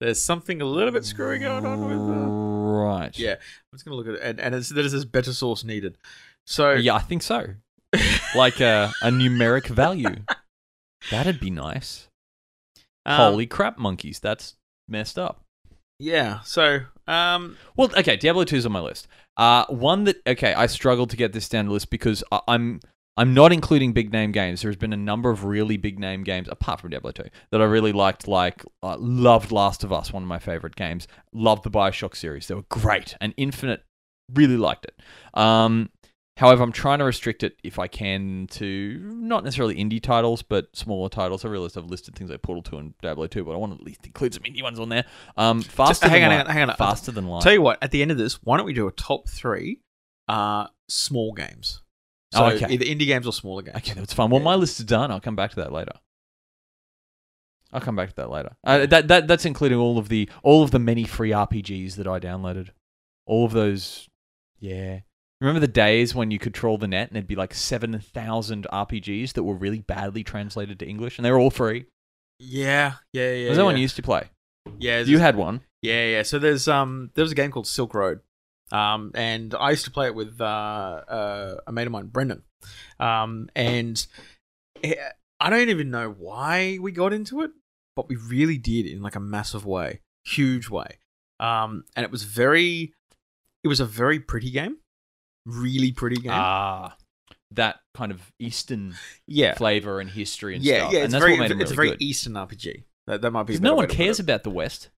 Speaker 2: There's something a little bit screwy going on with uh, that.
Speaker 1: Right.
Speaker 2: Yeah, I'm just gonna look at it, and, and it's, that is this better source needed. So
Speaker 1: Yeah, I think so. like a, a numeric value. That'd be nice.
Speaker 2: um,
Speaker 1: Holy crap, monkeys! That's messed up.
Speaker 2: yeah. So um,
Speaker 1: Well, okay, Diablo 2 is on my list. Uh, one that okay, I struggled to get this down to list because I, I'm I'm not including big name games. There has been a number of really big name games apart from Diablo 2 that I really liked. Like uh, loved Last of Us, one of my favorite games. Loved the Bioshock series; they were great. And Infinite, really liked it. Um, however, I'm trying to restrict it if I can to not necessarily indie titles, but smaller titles. I realized I've listed things like Portal 2 and Diablo 2, but I want to at least include some indie ones on there. Um, faster
Speaker 2: hang
Speaker 1: than
Speaker 2: on,
Speaker 1: Light-
Speaker 2: hang on, hang on.
Speaker 1: faster than light.
Speaker 2: Tell you what, at the end of this, why don't we do a top three uh, small games? So
Speaker 1: Oh, okay.
Speaker 2: either indie games or smaller games.
Speaker 1: Okay, that's fine. Well, my list is done. I'll come back to that later. I'll come back to that later. Uh, that that that's including all of the all of the many free RPGs that I downloaded. All of those, yeah. Remember the days when you could troll the net and there'd be like seven thousand RPGs that were really badly translated to English, and they were all free.
Speaker 2: Yeah, yeah, yeah.
Speaker 1: Was that
Speaker 2: yeah.
Speaker 1: one you used to play?
Speaker 2: Yeah, there's-
Speaker 1: You had one.
Speaker 2: yeah, yeah. So there's um, there was a game called Silk Road, um, and I used to play it with uh, uh, a mate of mine, Brendan, um, and eh, I don't even know why we got into it, but we really did in like a massive way, huge way, um, and it was very, it was a very pretty game, really pretty game.
Speaker 1: Ah, that kind of Eastern
Speaker 2: yeah,
Speaker 1: flavor and history and
Speaker 2: yeah,
Speaker 1: stuff.
Speaker 2: yeah.
Speaker 1: and
Speaker 2: It's
Speaker 1: that's
Speaker 2: very,
Speaker 1: what made them
Speaker 2: it's
Speaker 1: really
Speaker 2: very
Speaker 1: good.
Speaker 2: Eastern RPG. That, that might be. a
Speaker 1: Because no
Speaker 2: better way
Speaker 1: one
Speaker 2: to put it.
Speaker 1: cares about the West.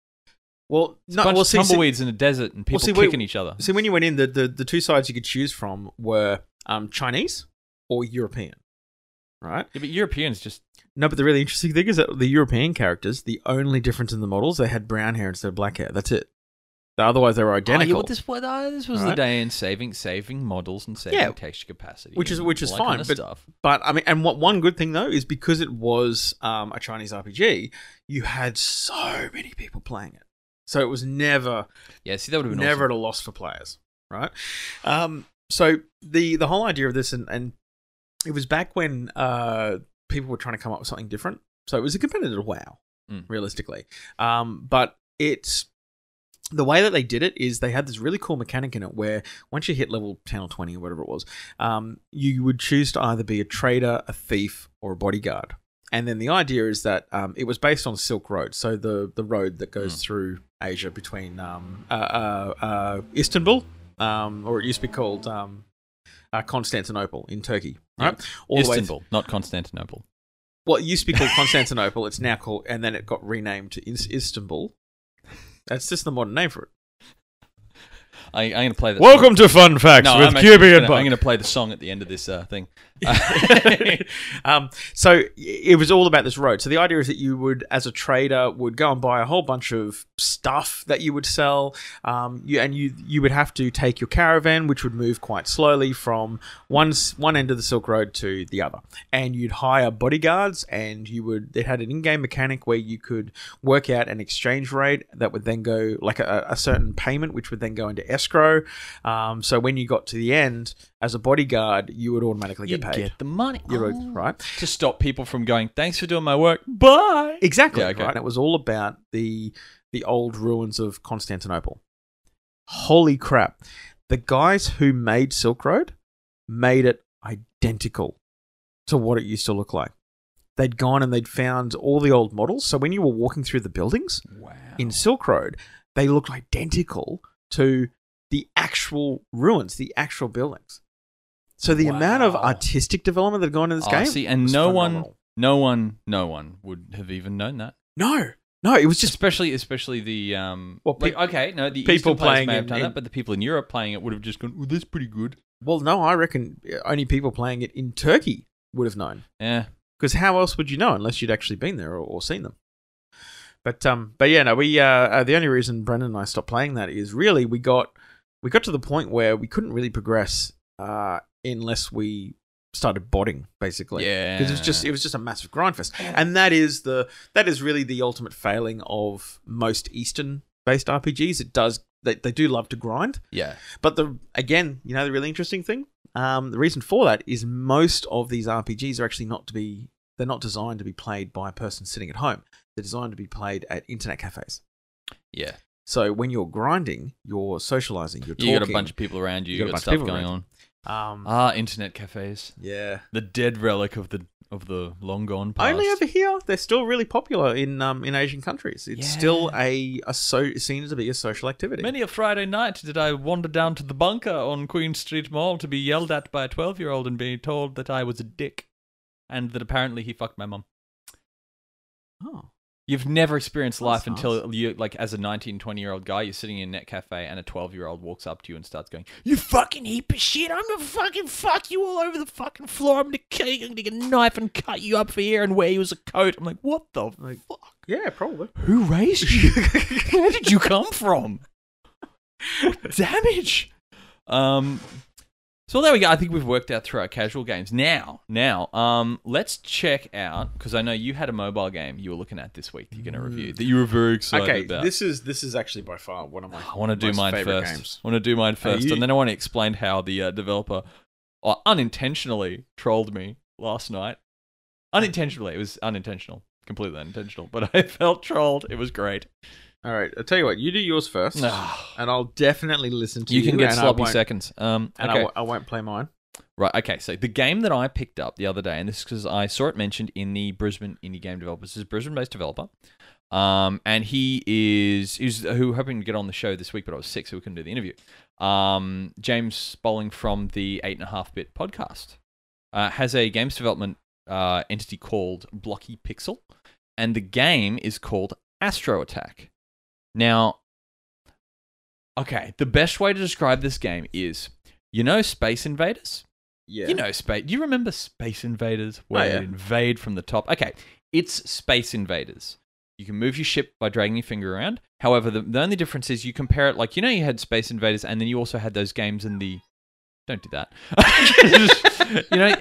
Speaker 2: Well,
Speaker 1: a
Speaker 2: no.
Speaker 1: bunch
Speaker 2: Well,
Speaker 1: of
Speaker 2: see, see,
Speaker 1: tumbleweeds in a desert and people
Speaker 2: see, we-
Speaker 1: kicking each other.
Speaker 2: see, when you went in, the, the the two sides you could choose from were um, Chinese or European, right?
Speaker 1: Yeah, but Europeans just
Speaker 2: No, but the really interesting thing is that the European characters, the only difference in the models, they had brown hair instead of black hair. That's it. Otherwise, they were
Speaker 1: Oh, yeah,
Speaker 2: identical.
Speaker 1: well, this, well, uh, this was the
Speaker 2: Alright.
Speaker 1: day in saving saving models and saving
Speaker 2: Yeah.
Speaker 1: texture capacity,
Speaker 2: Which is-
Speaker 1: and
Speaker 2: which is
Speaker 1: all that kind
Speaker 2: fine,
Speaker 1: of
Speaker 2: but-
Speaker 1: stuff.
Speaker 2: But I mean, and what one good thing though is because it was um, a Chinese RPG, you had so many people playing it, so it was never
Speaker 1: Yeah, see, that would have been
Speaker 2: never
Speaker 1: awesome.
Speaker 2: at a loss for players, right? Um, so the the whole idea of this, and, and it was back when uh, people were trying to come up with something different. So it was a competitor to WoW,
Speaker 1: Mm.
Speaker 2: realistically. Um, but it's the way that they did it is they had this really cool mechanic in it where once you hit level 10 or 20 or whatever it was, um, you would choose to either be a trader, a thief, or a bodyguard. And then the idea is that um, it was based on Silk Road, so the the road that goes through Asia between um, uh, uh, uh, Istanbul, um, or it used to be called um, uh, Constantinople in Turkey, right? All the way
Speaker 1: Istanbul, not Constantinople.
Speaker 2: well, it used to be called Constantinople. It's now called, and then it got renamed to Is- Istanbul. That's just the modern name for it.
Speaker 1: I, I'm going to play that.
Speaker 2: to Fun Facts
Speaker 1: no, I'm actually just gonna, I'm going to play the song at the end of this uh, thing.
Speaker 2: um, so y- it was all about this road. So the idea is that you would, as a trader, would go and buy a whole bunch of stuff that you would sell. Um, you, and you you would have to take your caravan, which would move quite slowly from one s- one end of the Silk Road to the other. And you'd hire bodyguards, and you would. It had an in-game mechanic where you could work out an exchange rate that would then go like a, a certain payment, which would then go into escrow. Um, so when you got to the end, as a bodyguard, you would automatically
Speaker 1: You
Speaker 2: get paid.
Speaker 1: get the money
Speaker 2: You're right,
Speaker 1: Oh.
Speaker 2: right?
Speaker 1: to stop people from going. Thanks for doing my work. Bye.
Speaker 2: Exactly.
Speaker 1: Yeah, okay.
Speaker 2: Right. And it was all about the the old ruins of Constantinople. Holy crap. The guys who made Silk Road made it identical to what it used to look like. They'd gone and they'd found all the old models. So when you were walking through the buildings
Speaker 1: Wow.
Speaker 2: in Silk Road, they looked identical to the actual ruins, the actual buildings. So the amount of
Speaker 1: Wow.
Speaker 2: artistic development that had gone into this
Speaker 1: Oh,
Speaker 2: game.
Speaker 1: see, and
Speaker 2: was
Speaker 1: no
Speaker 2: phenomenal.
Speaker 1: one, no one, no one would have even known that.
Speaker 2: No, no, it was just
Speaker 1: especially, especially the um.
Speaker 2: Well, pe-
Speaker 1: like, okay, no, the
Speaker 2: people
Speaker 1: people playing
Speaker 2: playing
Speaker 1: may have
Speaker 2: in-
Speaker 1: done
Speaker 2: in-
Speaker 1: that, but the people in Europe playing it would have just gone, "Well, that's pretty good."
Speaker 2: Well, no, I reckon only people playing it in Turkey would have known.
Speaker 1: Yeah.
Speaker 2: Because how else would you know unless you'd actually been there or, or seen them? But um, but yeah, no, we uh, uh, the only reason Brendan and I stopped playing that is really we got we got to the point where we couldn't really progress uh, unless we started botting basically.
Speaker 1: Yeah.
Speaker 2: Because it was just it was just a massive grind fest, and that is the that is really the ultimate failing of most Eastern based RPGs. It does they, they do love to grind,
Speaker 1: Yeah.
Speaker 2: but the again, you know, the really interesting thing, um, the reason for that is most of these RPGs are actually not to be. They're not designed to be played by a person sitting at home. They're designed to be played at internet cafes.
Speaker 1: Yeah.
Speaker 2: So when you're grinding, you're socializing, you're talking.
Speaker 1: You got a bunch of people around you. You got,
Speaker 2: a bunch of
Speaker 1: stuff
Speaker 2: people
Speaker 1: going on.
Speaker 2: around Um,
Speaker 1: Ah, internet cafes.
Speaker 2: yeah.
Speaker 1: The dead relic of the of the long gone past.
Speaker 2: Only over here, they're still really popular in um, in Asian countries. It's
Speaker 1: Yeah.
Speaker 2: still a a so it seems to be a social activity.
Speaker 1: Many a Friday night did I wander down to the bunker on Queen Street Mall to be yelled at by a 12 year old and be told that I was a dick and that apparently he fucked my mum.
Speaker 2: oh.
Speaker 1: You've never experienced
Speaker 2: That's
Speaker 1: life
Speaker 2: nice.
Speaker 1: until you, like, as a 19, 20 year old guy, you're sitting in a net cafe and a 12 year old walks up to you and starts going, You fucking heap of shit. I'm gonna fucking fuck you all over the fucking floor. I'm gonna, kill you. I'm gonna get a knife and cut you up for here and wear you as a coat. I'm like, What the
Speaker 2: Like-
Speaker 1: fuck?
Speaker 2: yeah, probably.
Speaker 1: Who raised you? Where did you come from? What damage. Um. So there we go. I think we've worked out through our casual games. Now, now, um, let's check out because I know you had a mobile game you were looking at this week. that You're going to review that you were very excited
Speaker 2: okay,
Speaker 1: about.
Speaker 2: this is this is actually by far one of my.
Speaker 1: I want to do
Speaker 2: most
Speaker 1: mine
Speaker 2: favorite
Speaker 1: first.
Speaker 2: Games.
Speaker 1: I want to do mine first,
Speaker 2: you-
Speaker 1: and then I want to explain how the uh, developer uh, unintentionally trolled me last night. Unintentionally, it was unintentional, completely unintentional, but I felt trolled. It was great.
Speaker 2: All right, I'll tell you what. You do yours first. and I'll definitely listen to you.
Speaker 1: you can get
Speaker 2: and I
Speaker 1: sloppy
Speaker 2: won't-
Speaker 1: seconds. Um,
Speaker 2: and I
Speaker 1: okay.
Speaker 2: wo- I won't play mine.
Speaker 1: Right. Okay. So the game that I picked up the other day, and this is because I saw it mentioned in the Brisbane indie game developers, this is a Brisbane-based developer, um, and he is is who we're hoping to get on the show this week, but I was sick, so we couldn't do the interview. Um, James Bowling from the Eight and a Half Bit podcast uh, has a games development uh, entity called Blocky Pixel, and the game is called Astro Attack. Now, Okay, the best way to describe this game is you know Space Invaders?
Speaker 2: Yeah. Oh,
Speaker 1: You know Space. Do you remember Space Invaders where
Speaker 2: yeah.
Speaker 1: you invade from the top? Okay, it's Space Invaders. You can move your ship by dragging your finger around. However, the, the only difference is you compare it like you know you had Space Invaders and then you also had those games in the Don't do that. you know,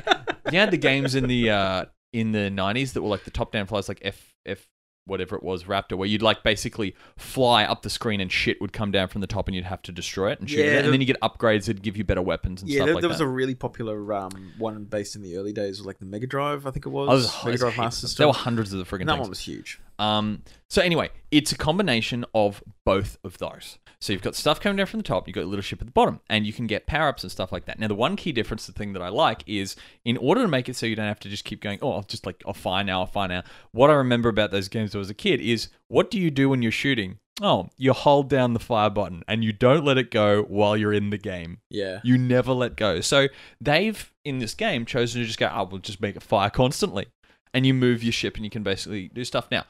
Speaker 1: you had the games in the uh in the 90s that were like the top-down flies like F F whatever it was Raptor where you'd like basically fly up the screen and shit would come down from the top and you'd have to destroy it and shoot
Speaker 2: Yeah,
Speaker 1: it and
Speaker 2: the-
Speaker 1: then you get upgrades that give you better weapons and
Speaker 2: Yeah,
Speaker 1: stuff
Speaker 2: there,
Speaker 1: like
Speaker 2: there
Speaker 1: that.
Speaker 2: was a really popular um, one based in the early days, like the Mega Drive, I think it was.
Speaker 1: I was, I
Speaker 2: Mega
Speaker 1: was
Speaker 2: Drive
Speaker 1: hating
Speaker 2: Master
Speaker 1: them.
Speaker 2: System.
Speaker 1: There were hundreds of the friggin'
Speaker 2: that
Speaker 1: things.
Speaker 2: one was huge.
Speaker 1: Um, so anyway, it's a combination of both of those. So you've got stuff coming down from the top, you've got a little ship at the bottom, and you can get power ups and stuff like that. Now, the one key difference, the thing that I like is in order to make it so you don't have to just keep going, oh, I'll just like, I'll fire now, I'll fire now. What I remember about those games when I was a kid is what do you do when you're shooting? Oh, you hold down the fire button and you don't let it go while you're in the game.
Speaker 2: Yeah.
Speaker 1: You never let go. So they've in this game chosen to just go, oh, we'll just make it fire constantly. And you move your ship and you can basically do stuff. Now,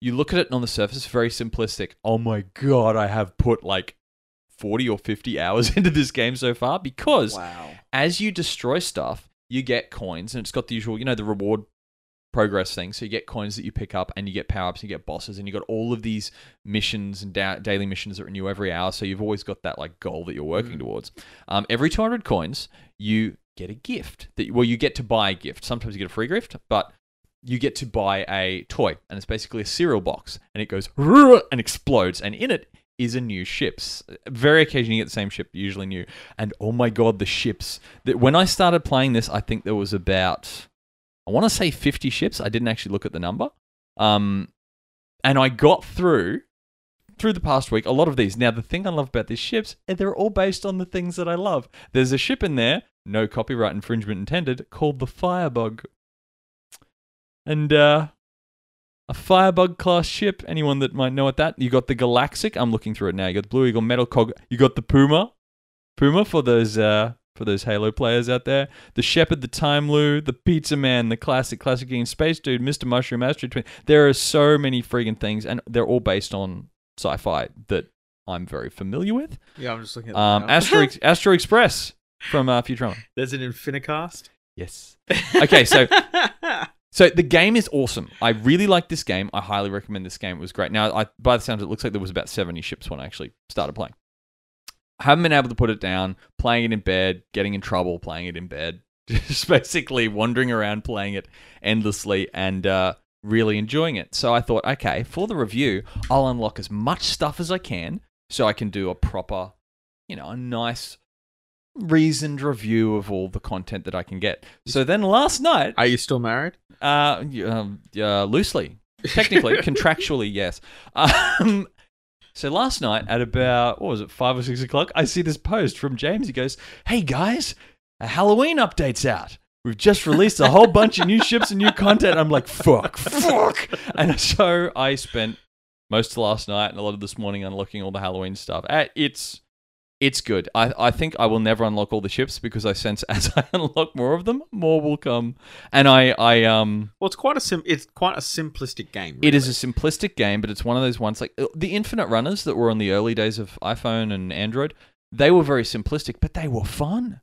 Speaker 1: you look at it and on the surface, very simplistic. Oh my god, I have put like 40 or 50 hours into this game so far because
Speaker 2: Wow.
Speaker 1: as you destroy stuff, you get coins, and it's got the usual, you know, the reward progress thing. So you get coins that you pick up, and you get power ups, you get bosses, and you got all of these missions and da- daily missions that renew every hour. So you've always got that like goal that you're working
Speaker 2: Mhm.
Speaker 1: towards. Um, every 200 coins, you get a gift that well, you get to buy a gift. Sometimes you get a free gift, but you get to buy a toy, and it's basically a cereal box, and it goes and explodes, and in it is a new ships. Very occasionally you get the same ship, usually new. And oh my god, the ships. That when I started playing this, I think there was about I want to say 50 ships. I didn't actually look at the number. Um and I got through through the past week a lot of these. Now the thing I love about these ships, is they're all based on the things that I love. There's a ship in there, no copyright infringement intended, called the Firebug. And uh a Firebug class ship. Anyone that might know what that? You got the Galaxic. I'm looking through it now. You got the Blue Eagle, Metal Cog. You got the Puma. Puma for those uh for those Halo players out there. The Shepherd, the Time Lou, the Pizza Man, the Classic, Classic King, Space Dude, Mr. Mushroom, Astro Twin. There are so many friggin' things, and they're all based on sci-fi that I'm very familiar with.
Speaker 2: Yeah, I'm just looking at
Speaker 1: Um,
Speaker 2: that now.
Speaker 1: Astro Astro Express from uh, Futurama.
Speaker 2: There's an Infinicast.
Speaker 1: Yes. Okay, so so the game is awesome. I really like this game. I highly recommend this game. It was great. Now, I, by the sounds, of it it looks like there was about seventy ships when I actually started playing. I haven't been able to put it down. Playing it in bed, getting in trouble, playing it in bed, just basically wandering around playing it endlessly and uh, really enjoying it. So I thought, okay, for the review, I'll unlock as much stuff as I can so I can do a proper, you know, a nice, reasoned review of all the content that I can get. So then last night,
Speaker 2: Are you still married?
Speaker 1: uh, y- um, uh, loosely, technically, contractually, yes. Um, so last night at about what was it, five or six o'clock, I see this post from James. He goes, "Hey guys, a Halloween update's out. We've just released a whole bunch of new ships and new content." I'm like, "Fuck, fuck!" And so I spent most of last night and a lot of this morning unlocking all the Halloween stuff. Uh, It's it's good. I, I think I will never unlock all the ships because I sense as I unlock more of them, more will come. And I, I um
Speaker 2: Well, it's quite a sim. It's quite a simplistic game.
Speaker 1: it is
Speaker 2: really.
Speaker 1: a simplistic game, but it's one of those ones like uh, the Infinite Runners that were on the early days of iPhone and Android. They were very simplistic, but they were fun.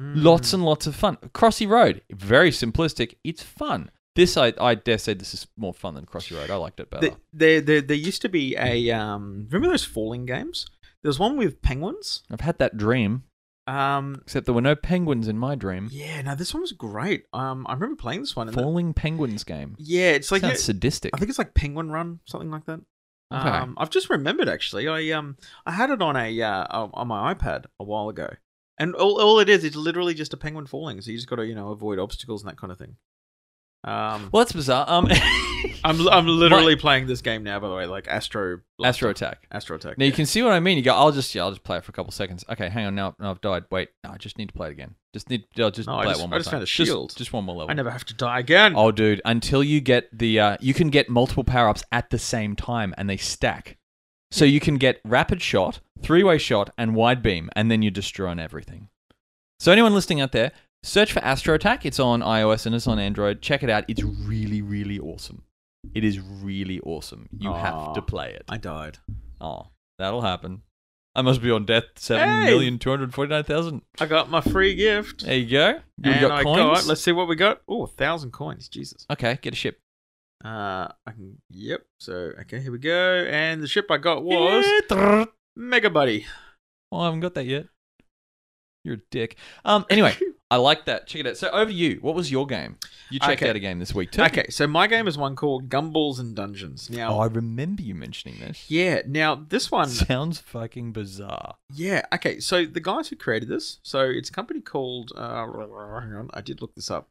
Speaker 2: Mm.
Speaker 1: Lots and lots of fun. Crossy Road, very simplistic. It's fun. This I, I dare say this is more fun than Crossy Road. I liked it better.
Speaker 2: Th- There, there, there used to be a. Um, remember those falling games? There was one with penguins.
Speaker 1: I've had that dream,
Speaker 2: Um,
Speaker 1: except there were no penguins in my dream.
Speaker 2: yeah, no, this one was great. Um, I remember playing this one. and the-
Speaker 1: Mm-hmm. Falling penguins game.
Speaker 2: yeah, it's like
Speaker 1: Sounds sadistic.
Speaker 2: I think it's like Penguin Run, something like that.
Speaker 1: Okay.
Speaker 2: Um, I've just remembered actually. I um I had it on a uh, on on my iPad a while ago, and all, all it is is literally just a penguin falling. So you just got to you know avoid obstacles and that kind of thing. Um,
Speaker 1: well, that's bizarre. Um,
Speaker 2: I'm I'm literally playing this game now. By the way, like Astro
Speaker 1: Astro Attack.
Speaker 2: Astro Tech.
Speaker 1: Now you can see what I mean. You go, I'll just, yeah, I'll just play it for a couple seconds. Okay, hang on, now, now I've died. Wait, no, I just need to play it again. Just need, I'll just
Speaker 2: No, I
Speaker 1: play
Speaker 2: just-
Speaker 1: it one
Speaker 2: I
Speaker 1: more
Speaker 2: just
Speaker 1: time.
Speaker 2: found a shield.
Speaker 1: Just, just one more level.
Speaker 2: I never have to die again.
Speaker 1: Oh, dude, until you get the, uh, you can get multiple power ups at the same time, and they stack. So you can get rapid shot, three way shot, and wide beam, and then you're destroying everything. So anyone listening out there, search for Astro Attack. It's on iOS and it's on Android. Check it out. It's really, really awesome. It is really awesome. You have
Speaker 2: Aw.
Speaker 1: to play it.
Speaker 2: I died.
Speaker 1: Oh, that'll happen. I must be on death. Seven
Speaker 2: Hey!
Speaker 1: million two hundred forty-nine thousand.
Speaker 2: I got my free gift.
Speaker 1: There you go. You
Speaker 2: and
Speaker 1: got
Speaker 2: I
Speaker 1: coins.
Speaker 2: got. Let's see what we got. Oh, a thousand coins. Jesus.
Speaker 1: okay, get a ship.
Speaker 2: Uh, I can. Yep. So okay, here we go. And the ship I got was
Speaker 1: Oh,
Speaker 2: Mega Buddy.
Speaker 1: I haven't got that yet. You're a dick. Um. Anyway, I like that. Check it out. So over to you. What was your game? You checked
Speaker 2: Okay.
Speaker 1: out a game this week too.
Speaker 2: Okay, so my game is one called Gumballs and Dungeons.
Speaker 1: Oh,
Speaker 2: Now,
Speaker 1: I remember you mentioning this.
Speaker 2: yeah. Now this one.
Speaker 1: Sounds fucking bizarre.
Speaker 2: Yeah. Okay. So the guys who created this, so it's a company called. Uh, hang on, I did look this up.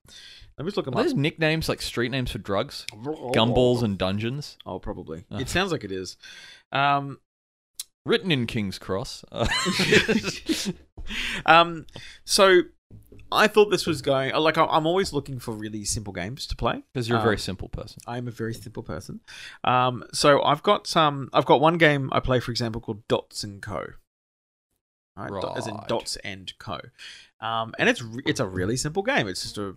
Speaker 2: Let me just look them
Speaker 1: Are
Speaker 2: up.
Speaker 1: those nicknames like street names for drugs? Gumballs and dungeons.
Speaker 2: Oh, probably.
Speaker 1: Oh.
Speaker 2: It sounds like it is. Um,
Speaker 1: Written in King's Cross. Uh,
Speaker 2: um, so I thought this was going. Like, I- I'm always looking for really simple games to play.
Speaker 1: Because you're a very
Speaker 2: Um,
Speaker 1: simple person.
Speaker 2: I am a very simple person. Um, so I've got some. I've got one game I play, for example, called Dots and Co. Right, dot- as in
Speaker 1: Right.
Speaker 2: Dots and Co. Um, and it's re- it's a really simple game. It's just a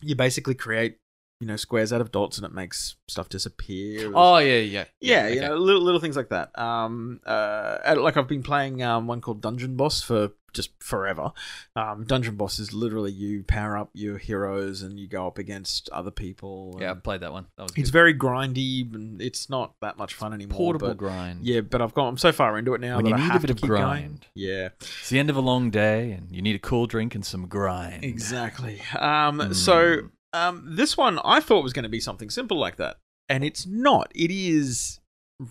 Speaker 2: you basically create you know squares out of dots and it makes stuff disappear.
Speaker 1: Oh yeah, yeah,
Speaker 2: yeah, you
Speaker 1: okay.
Speaker 2: know little little things like that. Um, uh, and, like I've been playing um, one called Dungeon Boss for just forever. Um, Dungeon Boss is literally you power up your heroes and you go up against other people.
Speaker 1: yeah. I
Speaker 2: and-
Speaker 1: played that one. That was
Speaker 2: it's
Speaker 1: good.
Speaker 2: very grindy, and it's not that much fun anymore.
Speaker 1: portable
Speaker 2: but-
Speaker 1: grind.
Speaker 2: Yeah, but I've got I'm so far into it now
Speaker 1: When
Speaker 2: that
Speaker 1: you
Speaker 2: I
Speaker 1: need a
Speaker 2: have
Speaker 1: bit
Speaker 2: to
Speaker 1: of
Speaker 2: keep going.
Speaker 1: grind.
Speaker 2: Yeah,
Speaker 1: It's the end of a long day, and you need a cool drink and some grind.
Speaker 2: exactly. Um,
Speaker 1: Mm.
Speaker 2: so um, this one I thought was going to be something simple like that, and it's not. It is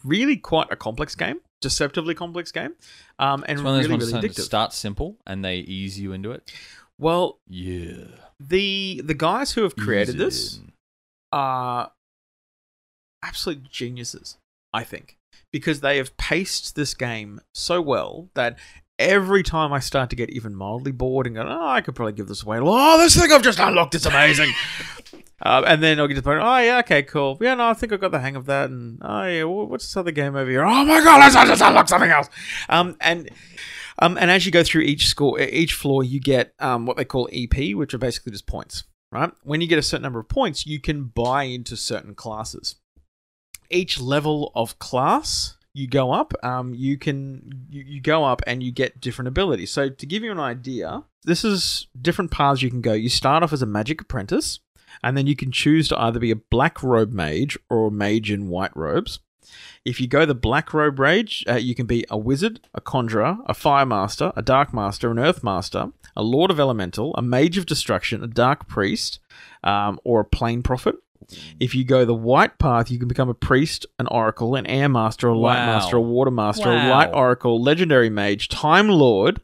Speaker 2: really quite a complex game, deceptively complex game, um, and
Speaker 1: It's one of those
Speaker 2: really
Speaker 1: ones
Speaker 2: really
Speaker 1: that
Speaker 2: addictive.
Speaker 1: start simple and they ease you into it.
Speaker 2: Well,
Speaker 1: Yeah.
Speaker 2: the the guys who have created
Speaker 1: Ease
Speaker 2: this
Speaker 1: in.
Speaker 2: are absolute geniuses, I think, because they have paced this game so well that every time I start to get even mildly bored and go, oh, I could probably give this away. Oh, this thing I've just unlocked is amazing. Um, and then I'll get to the point. Oh yeah, okay, cool. Yeah, no, I think I got the hang of that. And oh yeah, wh- what's this other game over here? Oh my god, I just- I just unlocked something else. Um, and um, and as you go through each score, e-, each floor, you get um what they call EP, which are basically just points. Right. When you get a certain number of points, you can buy into certain classes. Each level of class you go up, um, you can you, you go up and you get different abilities. So to give you an idea, this is different paths you can go. You start off as a magic apprentice and then you can choose to either be a black robe mage or a mage in white robes. If you go the black robe rage, uh, you can be a wizard, a conjurer, a fire master, a dark master, an earth master, a lord of elemental, a mage of destruction, a dark priest, um, or a plain prophet. If you go the white path, you can become a priest, an oracle, an air master, a light
Speaker 1: Wow.
Speaker 2: master, a water master, a
Speaker 1: Wow.
Speaker 2: light oracle, legendary mage, time lord.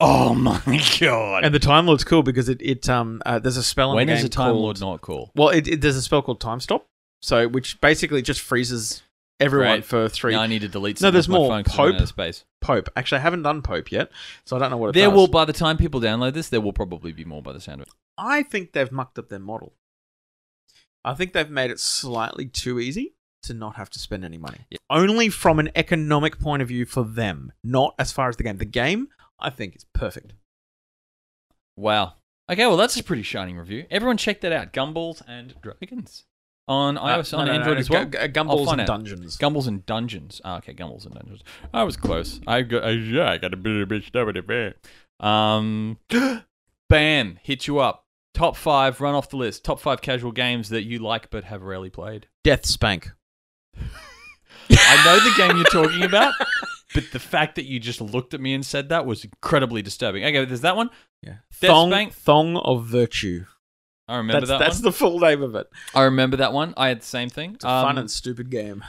Speaker 1: Oh my god.
Speaker 2: And the time lord's cool because it, it um uh, there's a spell. in
Speaker 1: when
Speaker 2: the
Speaker 1: is
Speaker 2: game
Speaker 1: a time
Speaker 2: called-
Speaker 1: lord not cool?
Speaker 2: well, it, it, there's a spell called Time Stop, so which basically just freezes everyone
Speaker 1: Right.
Speaker 2: for three.
Speaker 1: Now I need to delete.
Speaker 2: No,
Speaker 1: something
Speaker 2: there's
Speaker 1: off my
Speaker 2: more.
Speaker 1: phone 'cause I ran out of
Speaker 2: Pope.
Speaker 1: space.
Speaker 2: Pope. Actually, I haven't done Pope yet, so I don't know what it
Speaker 1: There
Speaker 2: does.
Speaker 1: will, by the time people download this, there will probably be more by the sound of it.
Speaker 2: I think they've mucked up their model. I think they've made it slightly too easy to not have to spend any money.
Speaker 1: Yeah.
Speaker 2: Only from an economic point of view for them, not as far as the game. The game, I think, is perfect.
Speaker 1: Wow. Okay, well, that's a pretty shining review. Everyone, check that out. Gumballs and Dragons on iOS,
Speaker 2: Uh, no,
Speaker 1: on
Speaker 2: no, no,
Speaker 1: Android
Speaker 2: no,
Speaker 1: as well. Oh,
Speaker 2: Gu- gu-
Speaker 1: I'll
Speaker 2: Gumballs
Speaker 1: find
Speaker 2: and
Speaker 1: out.
Speaker 2: Dungeons.
Speaker 1: Gumballs and Dungeons. Ah, okay, Gumballs and Dungeons. I was close. I got, I, yeah, I got a bit of a stubborn bear. Um, bam, hit you up. Top five, run off the list. Top five casual games that you like but have rarely played.
Speaker 2: Death Spank.
Speaker 1: I know the game you're talking about, but the fact that you just looked at me and said that was incredibly disturbing. Okay, there's that one.
Speaker 2: Yeah.
Speaker 1: Death
Speaker 2: Thong,
Speaker 1: Spank.
Speaker 2: Thong of Virtue.
Speaker 1: I remember
Speaker 2: that's
Speaker 1: that
Speaker 2: that's
Speaker 1: one.
Speaker 2: the full name of it.
Speaker 1: I remember that one. I had the same thing.
Speaker 2: It's a
Speaker 1: Um,
Speaker 2: fun and stupid game.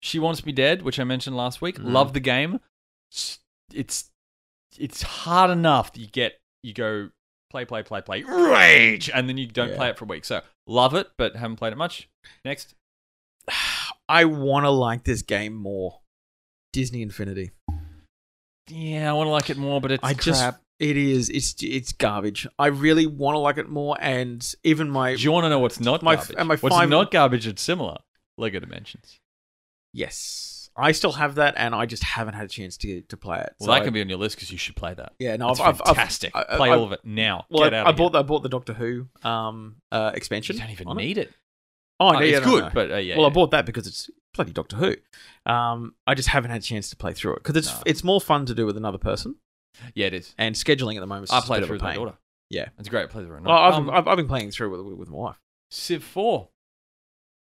Speaker 1: She Wants Me Dead, which I mentioned last week.
Speaker 2: Mhm.
Speaker 1: Love the game. S- It's it's hard enough that you get you go play play play play rage, and then you don't
Speaker 2: Yeah.
Speaker 1: play it for a week. So love it, but haven't played it much. Next,
Speaker 2: I want to like this game more. Disney Infinity.
Speaker 1: yeah, I want to like it more, but it's
Speaker 2: I just
Speaker 1: crap.
Speaker 2: it is it's it's garbage. I really want to like it more, and even my
Speaker 1: Do you want to know what's not
Speaker 2: my f-
Speaker 1: garbage?
Speaker 2: and my
Speaker 1: what's
Speaker 2: five-
Speaker 1: not garbage? It's similar. Lego Dimensions.
Speaker 2: yes, I still have that, and I just haven't had a chance to to play it.
Speaker 1: Well,
Speaker 2: So
Speaker 1: that
Speaker 2: I-
Speaker 1: can be on your list because you should play that.
Speaker 2: yeah, no,
Speaker 1: It's
Speaker 2: I've, I've, I've-
Speaker 1: fantastic.
Speaker 2: I- I-
Speaker 1: play
Speaker 2: I-
Speaker 1: all of it now.
Speaker 2: Well,
Speaker 1: Get
Speaker 2: I,
Speaker 1: out
Speaker 2: I
Speaker 1: of here.
Speaker 2: bought I bought the Doctor Who um uh expansion.
Speaker 1: You don't even
Speaker 2: on it.
Speaker 1: need it.
Speaker 2: Oh, no,
Speaker 1: it's
Speaker 2: yeah, no,
Speaker 1: good,
Speaker 2: no.
Speaker 1: but uh, yeah.
Speaker 2: well, I
Speaker 1: yeah.
Speaker 2: bought that because it's bloody Doctor Who. Um, I just haven't had a chance to play through it because it's
Speaker 1: No.
Speaker 2: it's more fun to do with another person.
Speaker 1: Yeah, it is.
Speaker 2: And scheduling at the moment. Is
Speaker 1: I
Speaker 2: just a
Speaker 1: played
Speaker 2: bit
Speaker 1: it
Speaker 2: of a
Speaker 1: with my
Speaker 2: pain.
Speaker 1: daughter.
Speaker 2: Yeah.
Speaker 1: It's a great play through.
Speaker 2: Oh, I've,
Speaker 1: Um,
Speaker 2: I've, I've been playing through with, with my wife.
Speaker 1: Civ 4.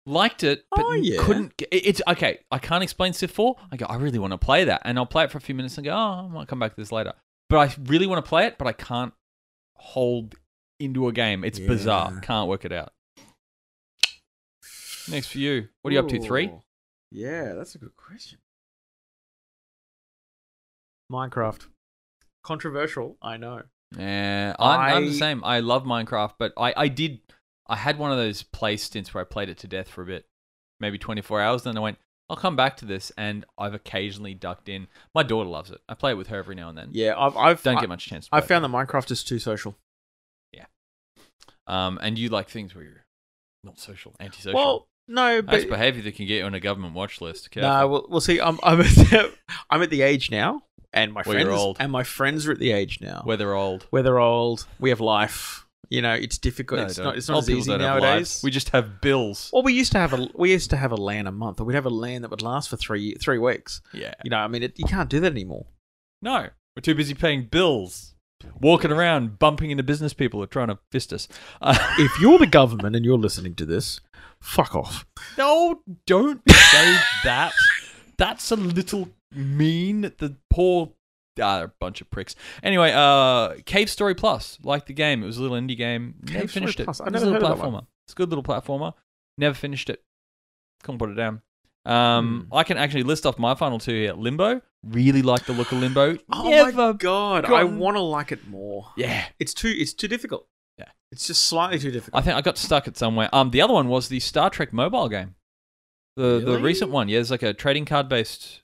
Speaker 1: Liked it, but
Speaker 2: Oh, yeah.
Speaker 1: couldn't. Get, it- it's okay. I can't explain Civ 4. I go, I really want to play that. And I'll play it for a few minutes and go, oh, I might come back to this later. But I really want to play it, but I can't hold into a game. It's bizarre.
Speaker 2: Yeah.
Speaker 1: Can't work it out. Next for you. What are you up to? Three?
Speaker 2: Ooh. Yeah, that's a good question. Minecraft. Controversial, I know.
Speaker 1: Yeah, I'm, I... am i am the
Speaker 2: I-
Speaker 1: same. I love Minecraft, but I, I did. I had one of those play stints where I played it to death for a bit, maybe 24 hours. Then I went, I'll come back to this, and I've occasionally ducked in. My daughter loves it. I play it with her every now and then.
Speaker 2: Yeah, I've, I've
Speaker 1: Mm. Don't
Speaker 2: I,
Speaker 1: get much chance. To
Speaker 2: I
Speaker 1: play it.
Speaker 2: found that Minecraft is too social.
Speaker 1: Um, and you like things where you're not social, antisocial.
Speaker 2: Well, no,
Speaker 1: that's
Speaker 2: but
Speaker 1: behaviour that can get you on a government watch list.
Speaker 2: no.
Speaker 1: Careful.
Speaker 2: well, well, see, I'm I'm at the, I'm at the age now, and my
Speaker 1: Where you're
Speaker 2: friends
Speaker 1: old.
Speaker 2: and my friends are at the age now where,
Speaker 1: where they're old.
Speaker 2: they're old. We have life. You know, it's difficult.
Speaker 1: No,
Speaker 2: it's
Speaker 1: don't.
Speaker 2: not. It's not
Speaker 1: Old
Speaker 2: as
Speaker 1: people
Speaker 2: easy
Speaker 1: don't have
Speaker 2: nowadays.
Speaker 1: lives. We just have bills.
Speaker 2: well, we used to have a we used to have a LAN a month, or we'd have a LAN that would last for three three weeks.
Speaker 1: Yeah.
Speaker 2: You know, I mean, it, you can't do that anymore.
Speaker 1: No, we're too busy paying bills, walking around, bumping into business people who are trying to fist us. Uh,
Speaker 2: If you're the government and you're listening to this, fuck off.
Speaker 1: no, don't say that. That's a little mean. The poor. Ah, they're a bunch of pricks. Anyway, uh, Cave Story Plus, like the game. It was a little indie game. Never
Speaker 2: Cave Story
Speaker 1: finished it.
Speaker 2: Plus, I
Speaker 1: It's a
Speaker 2: never
Speaker 1: little
Speaker 2: heard
Speaker 1: platformer.
Speaker 2: of that one.
Speaker 1: It's a good little platformer. Never finished it. Couldn't put it down. Um,
Speaker 2: Hmm.
Speaker 1: I can actually list off my final two here. Limbo. Really like the look of Limbo.
Speaker 2: Oh my
Speaker 1: Never.
Speaker 2: god, I
Speaker 1: gotten-
Speaker 2: want to like it more.
Speaker 1: Yeah.
Speaker 2: It's too. It's too difficult.
Speaker 1: Yeah.
Speaker 2: it's just slightly too difficult.
Speaker 1: I think I got stuck at somewhere. Um, the other one was the Star Trek mobile game, the the
Speaker 2: Really?
Speaker 1: recent one. Yeah, it's like a trading card based.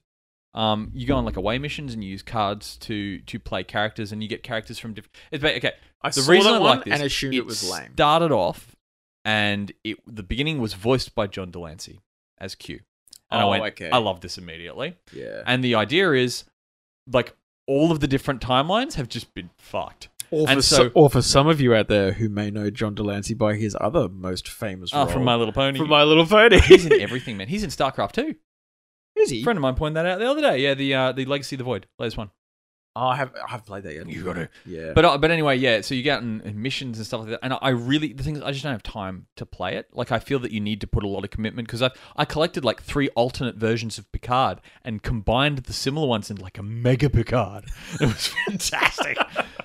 Speaker 1: Um, you go on like away missions and you use cards to to play characters, and you get characters from different. It's ba- okay.
Speaker 2: I
Speaker 1: The
Speaker 2: saw
Speaker 1: reason
Speaker 2: that
Speaker 1: I
Speaker 2: one
Speaker 1: like this
Speaker 2: and assumed it was lame.
Speaker 1: Started off, and it the beginning was voiced by John Delancey as Q, and I
Speaker 2: Oh,
Speaker 1: went,
Speaker 2: okay.
Speaker 1: I love this immediately.
Speaker 2: yeah,
Speaker 1: And the idea is, like, all of the different timelines have just been fucked.
Speaker 2: or for,
Speaker 1: and
Speaker 2: so,
Speaker 1: so-
Speaker 2: or for some of you out there who may know John Delancey by his other most famous
Speaker 1: Oh,
Speaker 2: role
Speaker 1: from My Little Pony.
Speaker 2: Ah, from My Little Pony.
Speaker 1: He's in everything, man. He's in StarCraft too.
Speaker 2: Is he?
Speaker 1: A friend of mine pointed that out the other day. Yeah, the uh, the Legacy of the Void, latest one.
Speaker 2: Oh, I have I have played that yet.
Speaker 1: You gotta-
Speaker 2: yeah.
Speaker 1: But uh, but anyway, yeah. So you get out in, in missions and stuff like that. And I, I really the thing is, I just don't have time to play it. Like I feel that you need to put a lot of commitment because I I collected like three alternate versions of Picard and combined the similar ones in like a mega Picard. It was fantastic.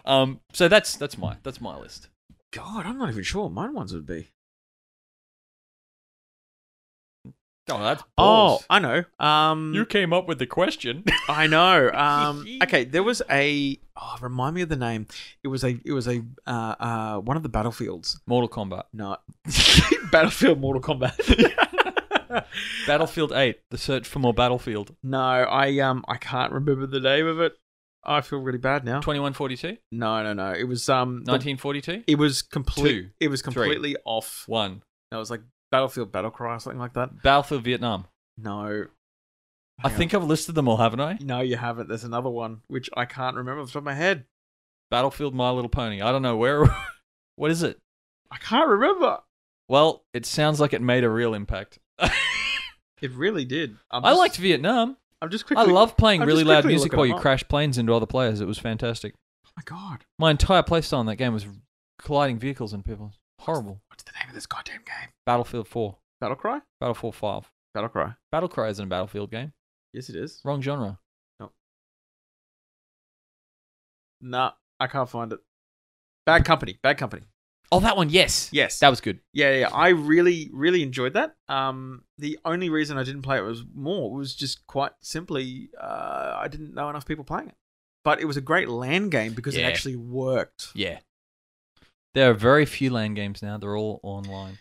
Speaker 1: um, so that's that's my that's my list.
Speaker 2: God, I'm not even sure what mine ones would be.
Speaker 1: Oh, that's
Speaker 2: Oh,
Speaker 1: balls.
Speaker 2: I know. Um,
Speaker 1: you came up with the question.
Speaker 2: I know. Um, okay, there was a. Oh, remind me of the name. It was a. It was a. Uh, uh, one of the battlefields.
Speaker 1: Mortal Kombat,
Speaker 2: No, Battlefield Mortal Kombat.
Speaker 1: Battlefield Eight, the search for more Battlefield,
Speaker 2: no, I um, I can't remember the name of it. I feel really bad now.
Speaker 1: twenty one forty two,
Speaker 2: No, no, no. It was um, Uh, the-
Speaker 1: nineteen forty two.
Speaker 2: it was complete.
Speaker 1: Two.
Speaker 2: It was completely off.
Speaker 1: One.
Speaker 2: It was like Battlefield Battlecry or something like that.
Speaker 1: Battlefield Vietnam. I
Speaker 2: No, Hang on.
Speaker 1: think I've listed them all, haven't I?
Speaker 2: no, you haven't. There's another one which I can't remember off the top of my head.
Speaker 1: Battlefield My Little Pony. I don't know where. what is it?
Speaker 2: I can't remember.
Speaker 1: Well, it sounds like it made a real impact.
Speaker 2: It really did. I'm
Speaker 1: I
Speaker 2: just-
Speaker 1: liked Vietnam.
Speaker 2: I'm just quickly.
Speaker 1: I love playing
Speaker 2: I'm
Speaker 1: really
Speaker 2: just
Speaker 1: loud
Speaker 2: quickly
Speaker 1: music
Speaker 2: looking
Speaker 1: while you
Speaker 2: them up.
Speaker 1: crash planes into other players. It was fantastic.
Speaker 2: Oh my god.
Speaker 1: My entire playstyle in that game was colliding vehicles and people. Horrible.
Speaker 2: What's the name of this goddamn game?
Speaker 1: Battlefield 4,
Speaker 2: Battlecry?
Speaker 1: Battlefield 5.
Speaker 2: Battlecry.
Speaker 1: Battlecry isn't a battlefield game.
Speaker 2: Yes, it is.
Speaker 1: Wrong genre.
Speaker 2: Nah, I can't find it. Bad company. Bad company.
Speaker 1: Oh, that one, yes.
Speaker 2: Yes.
Speaker 1: That was good.
Speaker 2: yeah, yeah. I really, really enjoyed that. Um, the only reason I didn't play it was more was just quite simply uh, I didn't know enough people playing it. But it was a great LAN game because
Speaker 1: Yeah.
Speaker 2: it actually worked.
Speaker 1: Yeah. There are very few land games now. They're all online.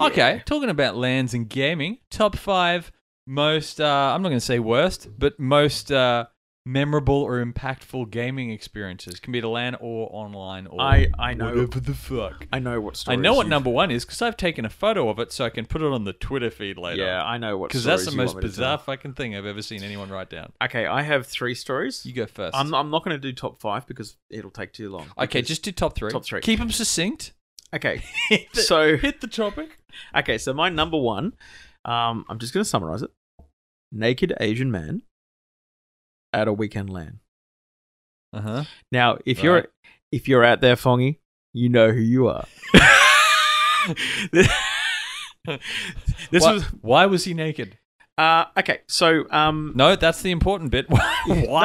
Speaker 1: Okay, talking about lands and gaming, top five most, uh, I'm not going to say worst, but most uh, memorable or impactful gaming experiences. Can be to LAN or online or
Speaker 2: I- I know.
Speaker 1: whatever the fuck.
Speaker 2: I know what
Speaker 1: I
Speaker 2: stories.
Speaker 1: know what
Speaker 2: you've-
Speaker 1: number one is because I've taken a photo of it so I can put it on the Twitter feed later.
Speaker 2: Yeah, I know what.
Speaker 1: Because that's the
Speaker 2: stories you want
Speaker 1: most
Speaker 2: me to
Speaker 1: bizarre
Speaker 2: tell.
Speaker 1: fucking thing I've ever seen anyone write down.
Speaker 2: Okay, I have three stories.
Speaker 1: You go first.
Speaker 2: I'm I'm not going to do top five because it'll take too long.
Speaker 1: okay,
Speaker 2: Because-
Speaker 1: just do top three.
Speaker 2: Top three.
Speaker 1: Keep them succinct.
Speaker 2: okay.
Speaker 1: Hit the-
Speaker 2: So
Speaker 1: hit the topic.
Speaker 2: okay, so my number one. Um, I'm just going to summarize it. naked Asian man at a weekend LAN.
Speaker 1: Uh huh.
Speaker 2: Now, if you're
Speaker 1: Right.
Speaker 2: if you're out there, Fongy, you know who you are. this
Speaker 1: why,
Speaker 2: was
Speaker 1: why was he naked?
Speaker 2: uh, okay. So, um,
Speaker 1: No, that's the important bit. why?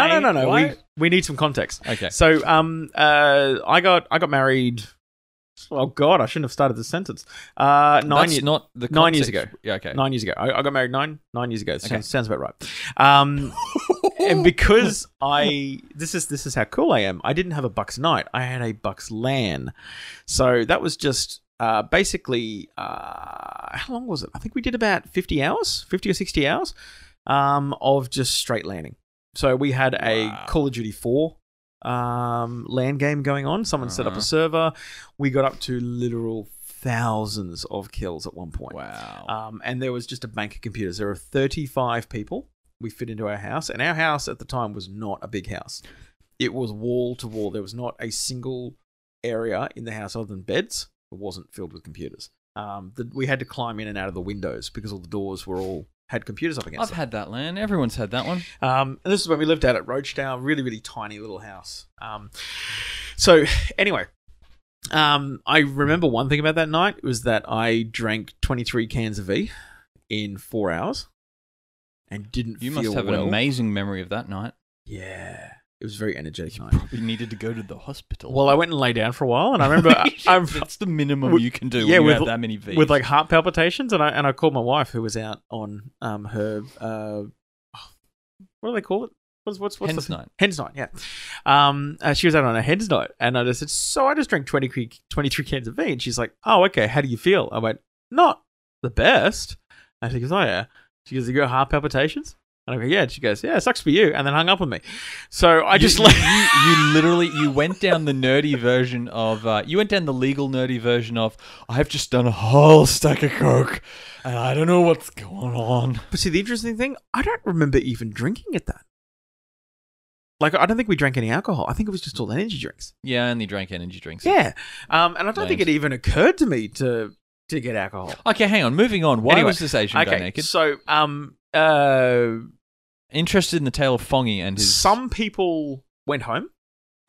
Speaker 2: no, no, no, no.
Speaker 1: why-
Speaker 2: We we need some context.
Speaker 1: Okay.
Speaker 2: So, um, uh, I got I got married. Oh God, I shouldn't have started the sentence. Uh, nine
Speaker 1: That's
Speaker 2: years.
Speaker 1: not the
Speaker 2: nine years
Speaker 1: context. Yeah. Okay.
Speaker 2: Nine years ago, I, I got married nine nine years ago. Sounds,
Speaker 1: Okay.
Speaker 2: sounds about right. Um, and because I this is this is how cool I am. I didn't have a Bucks night. I had a Bucks LAN, so that was just uh, basically uh, how long was it? I think we did about fifty hours, fifty or sixty hours um, of just straight landing. So we had a
Speaker 1: Wow.
Speaker 2: Call of Duty four um, land game going on. Someone set up
Speaker 1: Uh-huh.
Speaker 2: a server. We got up to literal thousands of kills at one point.
Speaker 1: Wow.
Speaker 2: Um, and there was just a bank of computers. There were 35 people we fit into our house, and our house at the time was not a big house. It was wall to wall. There was not a single area in the house other than beds that wasn't filled with computers. Um, the, we had to climb in and out of the windows because all the doors were all had computers up against
Speaker 1: I've
Speaker 2: them.
Speaker 1: had that land. Everyone's had that one.
Speaker 2: Um, and this is when we lived out at Roachdown, really, really tiny little house. Um, so anyway, um, I remember one thing about that night was that I drank 23 cans of V in four hours and didn't
Speaker 1: You
Speaker 2: feel
Speaker 1: must have
Speaker 2: well.
Speaker 1: an amazing memory of that night.
Speaker 2: yeah, it was a very energetic night.
Speaker 1: Probably needed to go to the hospital.
Speaker 2: Well, I went and lay down for a while, and I remember uh, I'm
Speaker 1: that's the minimum
Speaker 2: With-
Speaker 1: you can do.
Speaker 2: yeah,
Speaker 1: when you
Speaker 2: with-
Speaker 1: have that many V's.
Speaker 2: with like heart palpitations, and I and I called my wife who was out on um her uh, what do they call it? What's what's what's
Speaker 1: Hens
Speaker 2: the
Speaker 1: night.
Speaker 2: Hens night, yeah. Um, uh, she was out on a hens night, and I just said, "So I just drank 20, cre- 23 cans of V." And she's like, "Oh, okay. How do you feel?" I went, "Not the best." And she goes, "Oh yeah." She goes, "You got heart palpitations?" And I go, "Yeah." And she goes, "Yeah, it sucks for you." And then hung up on me. So I
Speaker 1: You-
Speaker 2: just
Speaker 1: you,
Speaker 2: like,
Speaker 1: you, you literally you went down the nerdy version of uh, you went down the legal nerdy version of I've just done a whole stack of coke and I don't know what's going on.
Speaker 2: but see, the interesting thing, I don't remember even drinking at that. Like, I don't think we drank any alcohol. I think it was just all energy drinks.
Speaker 1: Yeah, I only drank energy drinks.
Speaker 2: Yeah, um, and I don't think it
Speaker 1: Lame.
Speaker 2: even occurred to me to to get alcohol.
Speaker 1: Okay, hang on. Moving on. Why
Speaker 2: Anyway,
Speaker 1: was this Asian guy
Speaker 2: Okay,
Speaker 1: naked?
Speaker 2: so um, uh.
Speaker 1: Interested in the tale of Fongy and his
Speaker 2: some people went home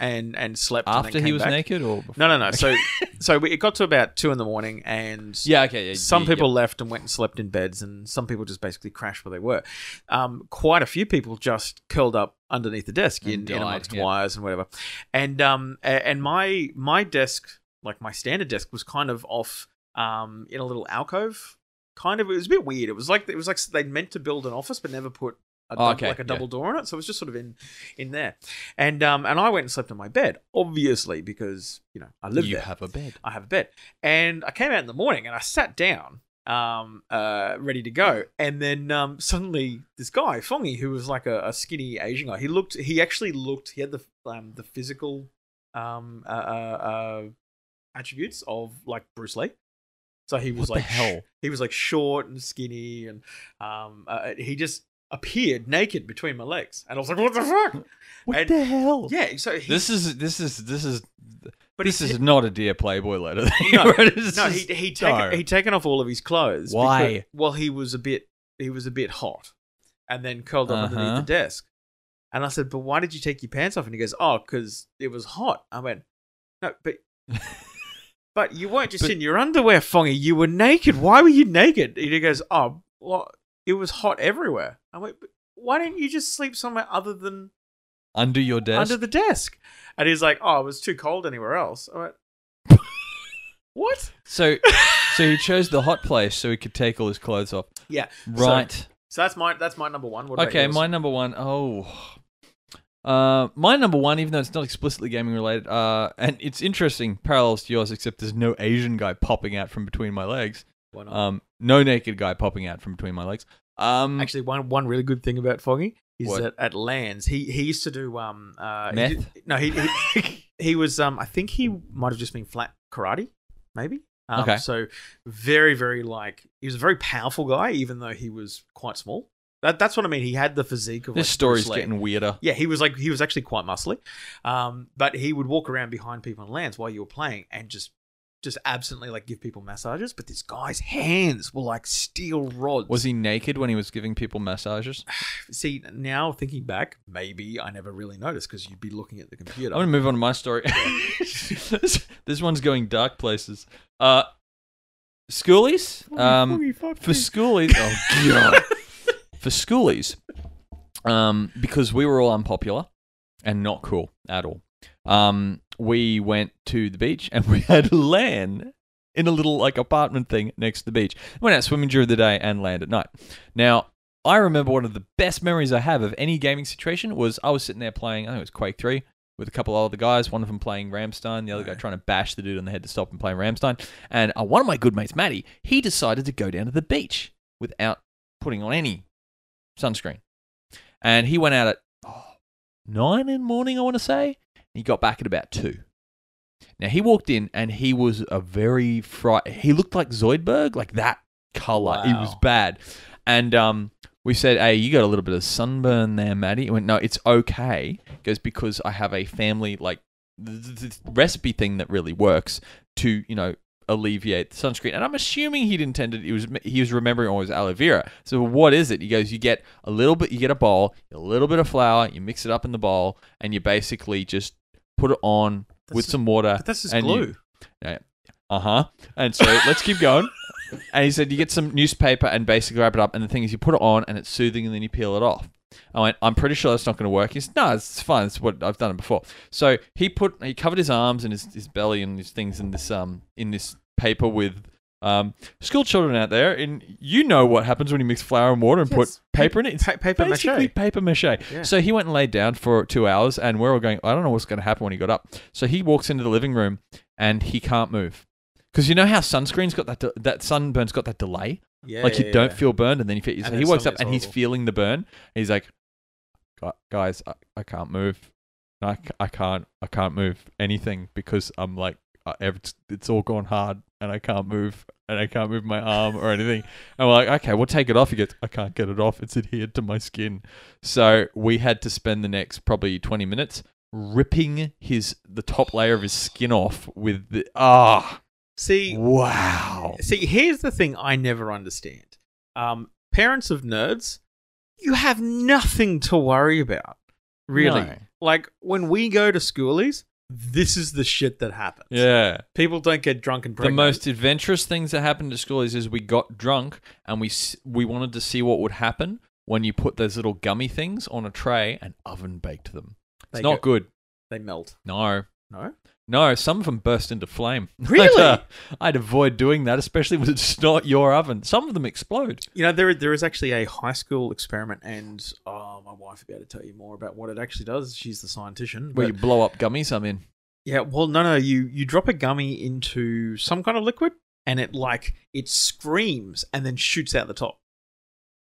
Speaker 2: and and slept and then
Speaker 1: after he
Speaker 2: came
Speaker 1: was
Speaker 2: back.
Speaker 1: naked or before?
Speaker 2: No, no, no. So so we, it got to about two in the morning, and
Speaker 1: Yeah, okay. Yeah,
Speaker 2: some
Speaker 1: yeah,
Speaker 2: people left and went and slept in beds, and some people just basically crashed where they were. Um, quite a few people just curled up underneath the desk
Speaker 1: And
Speaker 2: in, in
Speaker 1: died,
Speaker 2: amongst
Speaker 1: yeah.
Speaker 2: wires and whatever. And um, a- and my my desk, like my standard desk, was kind of off um in a little alcove. Kind of, it was a bit weird. It was like it was like they meant to build an office, but never put
Speaker 1: Oh,
Speaker 2: a dou-
Speaker 1: okay,
Speaker 2: like a
Speaker 1: yeah.
Speaker 2: double door on it. So it was just sort of in in there. And um and I went and slept on my bed, obviously, because you know I
Speaker 1: yeah.
Speaker 2: live
Speaker 1: You
Speaker 2: there.
Speaker 1: have a bed.
Speaker 2: I have a bed. And I came out in the morning and I sat down, um, uh, ready to go. And then um, suddenly this guy, Fongy, who was like a, a skinny Asian guy, he looked, he actually looked, he had the um, the physical um, uh, uh, uh, attributes of like Bruce Lee. So he was
Speaker 1: What the
Speaker 2: like,
Speaker 1: hell?
Speaker 2: he was like short and skinny, and um, uh, he just appeared naked between my legs, and I was like, "What the fuck?"
Speaker 1: What
Speaker 2: And-
Speaker 1: the hell?
Speaker 2: Yeah, so he,
Speaker 1: This is this is this is
Speaker 2: but
Speaker 1: this
Speaker 2: he,
Speaker 1: is not a dear Playboy letter.
Speaker 2: No,
Speaker 1: This
Speaker 2: no,
Speaker 1: is-
Speaker 2: he he taken,
Speaker 1: no.
Speaker 2: he taken off all of his clothes.
Speaker 1: Why?
Speaker 2: because- well, he was a bit he was a bit hot, and then curled up
Speaker 1: Uh-huh.
Speaker 2: underneath the desk. And I said, "But why did you take your pants off?" And he goes, "Oh, because it was hot." I went, "No, but." But you weren't just
Speaker 1: But-
Speaker 2: in your underwear, Fongy. You were naked. Why were you naked? And he goes, "Oh, well, it was hot everywhere." I went, but "Why didn't you just sleep somewhere other than
Speaker 1: under your desk.
Speaker 2: under the desk?" And he's like, "Oh, it was too cold anywhere else." I went, "What?"
Speaker 1: So, so he chose the hot place so he could take all his clothes off.
Speaker 2: Yeah. So-
Speaker 1: Right.
Speaker 2: So that's my that's my number one. What about
Speaker 1: okay.
Speaker 2: yours?
Speaker 1: My number one. Oh. Uh, my number one, even though it's not explicitly gaming related, uh, and it's interesting parallels to yours, except there's no Asian guy popping out from between my legs.
Speaker 2: Why not?
Speaker 1: Um, no naked guy popping out from between my legs. Um,
Speaker 2: Actually, one one really good thing about Foggy is
Speaker 1: What?
Speaker 2: that at Lands he he used to do um uh he
Speaker 1: Meth?
Speaker 2: did- no he, he he was um I think he might have just been flat karate maybe. Um,
Speaker 1: Okay.
Speaker 2: So very very like he was a very powerful guy even though he was quite small. That that's what I mean. He had the physique of
Speaker 1: this
Speaker 2: like,
Speaker 1: story's
Speaker 2: Bruce Lee.
Speaker 1: getting weirder.
Speaker 2: Yeah, he was like he was actually quite muscly, um, but he would walk around behind people on lands while you were playing and just just absently like give people massages, but this guy's hands were like steel rods.
Speaker 1: Was he naked when he was giving people massages?
Speaker 2: See, now thinking back, maybe I never really noticed because you'd be looking at the computer.
Speaker 1: I'm gonna move on to my story. this, this one's going dark places. Uh, schoolies. Um, for schoolies. Oh god. for schoolies, um, because we were all unpopular and not cool at all. Um, we went to the beach and we had LAN in a little like apartment thing next to the beach. Went out swimming during the day and land at night. Now, I remember one of the best memories I have of any gaming situation was I was sitting there playing, I think it was Quake 3, with a couple other guys, one of them playing Ramstein, the other guy trying to bash the dude on the head to stop him playing Ramstein. And uh, one of my good mates, Matty, he decided to go down to the beach without putting on any sunscreen. And he went out at oh, nine in the morning, I want to say. He got back at about two. Now he walked in and he was a very fright. He looked like Zoidberg, like that color. It was
Speaker 2: Wow.
Speaker 1: bad. And um, we said, "Hey, you got a little bit of sunburn there, Maddie." He went, "No, it's okay." He goes because I have a family like th- th- th- recipe thing that really works to you know alleviate the sunscreen. And I'm assuming he'd intended he was he was remembering always aloe vera. So what is it? He goes, you get a little bit, you get a bowl, a little bit of flour, you mix it up in the bowl, and you basically just put it on
Speaker 2: That's
Speaker 1: with
Speaker 2: just-
Speaker 1: some water.
Speaker 2: But that's just
Speaker 1: and
Speaker 2: glue.
Speaker 1: you- Uh huh. And so let's keep going. And he said, you get some newspaper and basically wrap it up. And the thing is, you put it on and it's soothing, and then you peel it off. I went, I'm pretty sure that's not going to work. He said, No, it's fine. It's what I've done it before. So he put he covered his arms and his, his belly and his things in this um in this paper with um school children out there. And you know what happens when you mix flour and water and
Speaker 2: Yes.
Speaker 1: put paper in it. It's
Speaker 2: Pa- paper
Speaker 1: basically
Speaker 2: mache.
Speaker 1: paper mache. So he went and laid down for two hours, and we're all going, I don't know what's going to happen when he got up. So he walks into the living room, and he can't move. Because you know how sunscreen's got that de- that sunburn's got that delay,
Speaker 2: Yeah,
Speaker 1: like you
Speaker 2: yeah,
Speaker 1: don't
Speaker 2: yeah.
Speaker 1: feel burned, and then you feel. so
Speaker 2: then
Speaker 1: he wakes
Speaker 2: suddenly
Speaker 1: up
Speaker 2: it's
Speaker 1: and he's
Speaker 2: horrible.
Speaker 1: feeling the burn. He's like, "Gu- guys, I, I can't move. I, c- I can't I can't move anything because I'm like I, it's, it's all gone hard, and I can't move, and I can't move my arm or anything. And we're like, okay, we'll take it off. He goes, I can't get it off. It's adhered to my skin. So we had to spend the next probably 20 minutes ripping his the top layer of his skin off with the ah
Speaker 2: See,
Speaker 1: wow.
Speaker 2: See, here's the thing I never understand. Um, parents of nerds, you have nothing to worry about, really.
Speaker 1: No.
Speaker 2: Like when we go to schoolies, this is the shit that happens.
Speaker 1: Yeah.
Speaker 2: people don't get drunk and
Speaker 1: The
Speaker 2: pregnant.
Speaker 1: most adventurous things that happened at school is, is we got drunk and we s- we wanted to see what would happen when you put those little gummy things on a tray and oven baked them. It's
Speaker 2: They
Speaker 1: not
Speaker 2: go-
Speaker 1: good.
Speaker 2: they melt.
Speaker 1: No.
Speaker 2: No,
Speaker 1: No, some of them burst into flame.
Speaker 2: Really?
Speaker 1: I'd, uh, I'd avoid doing that, especially when it's not your oven. Some of them explode.
Speaker 2: you know there there is actually a high school experiment, and oh, my wife will be able to tell you more about what it actually does. She's the scientician.
Speaker 1: Where
Speaker 2: but-
Speaker 1: you blow up gummies, I'm in.
Speaker 2: Yeah, well, no, no. You you drop a gummy into some kind of liquid, and it like it screams and then shoots out the top.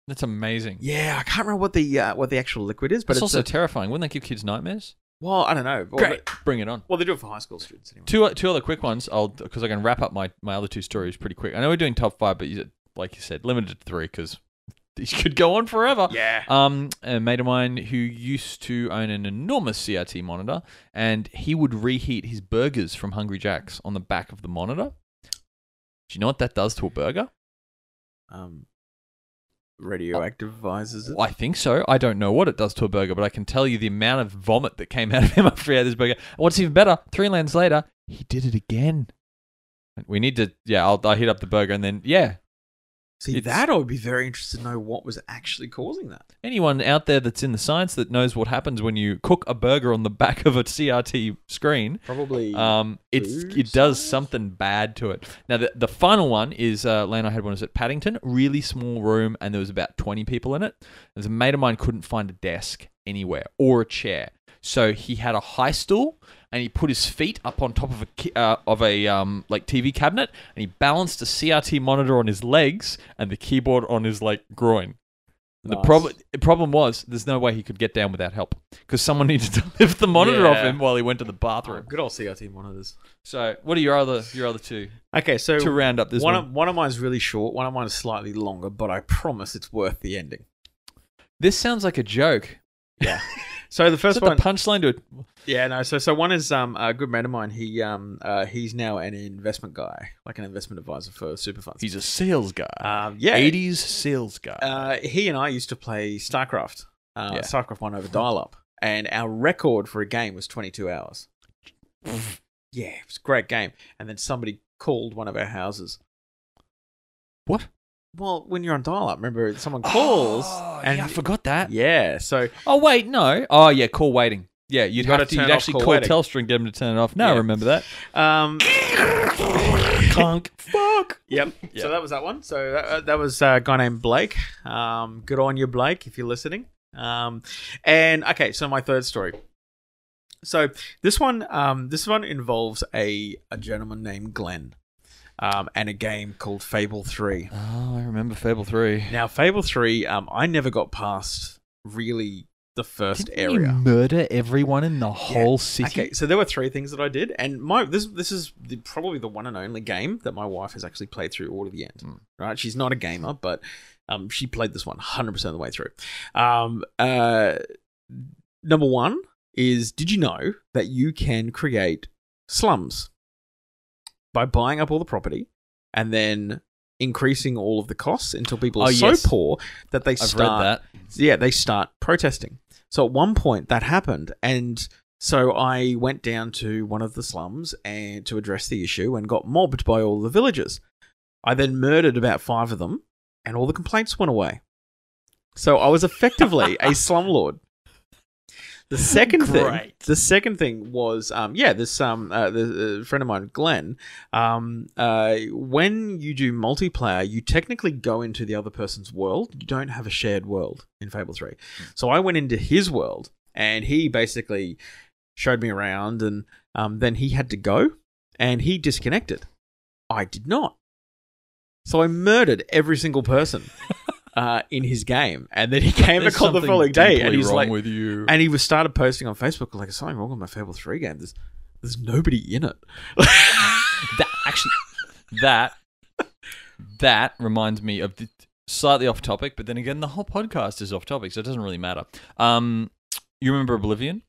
Speaker 1: That's amazing.
Speaker 2: Yeah, I can't remember what the uh, what the actual liquid is,
Speaker 1: but
Speaker 2: but
Speaker 1: it's,
Speaker 2: it's,
Speaker 1: also
Speaker 2: a-
Speaker 1: terrifying. Wouldn't that give kids nightmares?
Speaker 2: well, I don't know. Well, they-
Speaker 1: Bring it on.
Speaker 2: Well, they do it for high school students anyway.
Speaker 1: Two, two other quick ones, I'll because I can wrap up my, my other two stories pretty quick. I know we're doing top five, but you, like you said, limited to three because these could go on forever.
Speaker 2: Yeah.
Speaker 1: Um, a mate of mine who used to own an enormous CRT monitor, and he would reheat his burgers from Hungry Jack's on the back of the monitor. Do you know what that does to a burger?
Speaker 2: Um, radioactive visors.
Speaker 1: I think so. I don't know what it does to a burger, but I can tell you the amount of vomit that came out of him after he had this burger. And what's even better, three lands later, he did it again. We need to, yeah, I'll, I'll hit up the burger and then, yeah,
Speaker 2: See,
Speaker 1: it's-
Speaker 2: that I would be very interested to know what was actually causing that.
Speaker 1: Anyone out there that's in the science that knows what happens when you cook a burger on the back of a CRT screen,
Speaker 2: Probably.
Speaker 1: um, it's
Speaker 2: food
Speaker 1: it does
Speaker 2: science?
Speaker 1: something bad to it. Now the the final one is uh, Lane. and I had one was at Paddington, really small room, and there was about twenty people in it. There's a mate of mine couldn't find a desk anywhere or a chair, so he had a high stool and he put his feet up on top of a ki- uh, of a um, like TV cabinet and he balanced a CRT monitor on his legs and the keyboard on his like groin. The
Speaker 2: Nice.
Speaker 1: problem the problem was there's no way he could get down without help because someone needed to lift the monitor off
Speaker 2: Yeah.
Speaker 1: him while he went to the
Speaker 2: Oh,
Speaker 1: bathroom.
Speaker 2: good old CRT monitors.
Speaker 1: So, what are your other your other two
Speaker 2: Okay, so
Speaker 1: to round up this
Speaker 2: one
Speaker 1: one?
Speaker 2: of, one of mine's really short, one of mine is slightly longer, but I promise it's worth the ending.
Speaker 1: this sounds like a joke,
Speaker 2: So the first
Speaker 1: Is that
Speaker 2: one,
Speaker 1: the punchline to it?
Speaker 2: yeah, no. So so one is um a good friend of mine. He um uh, he's now an investment guy, like an investment advisor for super funds.
Speaker 1: He's a sales guy.
Speaker 2: um yeah,
Speaker 1: 80s sales guy.
Speaker 2: uh, he and I used to play StarCraft, uh,
Speaker 1: Yeah.
Speaker 2: StarCraft One over dial-up, and our record for a game was 22 hours. yeah, it was a great game. And then somebody called one of our houses.
Speaker 1: What?
Speaker 2: Well, when you're on dial-up, remember someone calls,
Speaker 1: Oh,
Speaker 2: and
Speaker 1: yeah, I forgot that.
Speaker 2: yeah, so
Speaker 1: Oh wait, no. Oh yeah, call waiting. Yeah, you'd
Speaker 2: You gotta
Speaker 1: have to. You'd
Speaker 2: turn off
Speaker 1: actually
Speaker 2: call
Speaker 1: call,
Speaker 2: waiting.
Speaker 1: Telstra and get them to turn it off. Now I
Speaker 2: Yeah.
Speaker 1: remember that.
Speaker 2: um,
Speaker 1: Clunk. Fuck.
Speaker 2: yep.
Speaker 1: Yeah.
Speaker 2: So that was that one. So that, uh, that was uh, a guy named Blake. Um, good on you, Blake, if you're listening. Um, and okay, so my third story. So this one, um, this one involves a a gentleman named Glenn, um, and a game called Fable Three.
Speaker 1: Oh, I remember Fable Three.
Speaker 2: Now, Fable Three, um, I never got past really the 1st
Speaker 1: Didn't you
Speaker 2: area.
Speaker 1: murder everyone in the whole city?
Speaker 2: Okay, so there were three things that I did, and my this this is the, probably the one and only game that my wife has actually played through all to the end.
Speaker 1: Mm.
Speaker 2: Right, she's not a gamer, but um, she played this one 100 percent of the way through. Um, uh, number one is did you know that you can create slums by buying up all the property and then increasing all of the costs until people are
Speaker 1: Oh,
Speaker 2: so
Speaker 1: yes.
Speaker 2: poor that they
Speaker 1: I've
Speaker 2: start
Speaker 1: read that.
Speaker 2: yeah, they start protesting. So at one point that happened, and so I went down to one of the slums and to address the issue, and got mobbed by all the villagers. I then murdered about five of them, and all the complaints went away. So I was effectively a slumlord. The second thing,
Speaker 1: Great.
Speaker 2: the second thing was, um, yeah, this um, uh, the uh, friend of mine, Glenn. Um, uh, when you do multiplayer, you technically go into the other person's world. You don't have a shared world in Fable Three. So I went into his world, and he basically showed me around, and um, then he had to go, and he disconnected. I did not. So I murdered every single person uh, in his game, and then he came
Speaker 1: There's
Speaker 2: back on the
Speaker 1: something
Speaker 2: following day, and
Speaker 1: deeply
Speaker 2: he's
Speaker 1: wrong
Speaker 2: like,
Speaker 1: with you.
Speaker 2: and he was started posting on Facebook like, "There's something wrong with my Fable Three game. There's, there's nobody in it."
Speaker 1: that actually that that reminds me of the, slightly off topic but then again the whole podcast is off topic so it doesn't really matter um you remember oblivion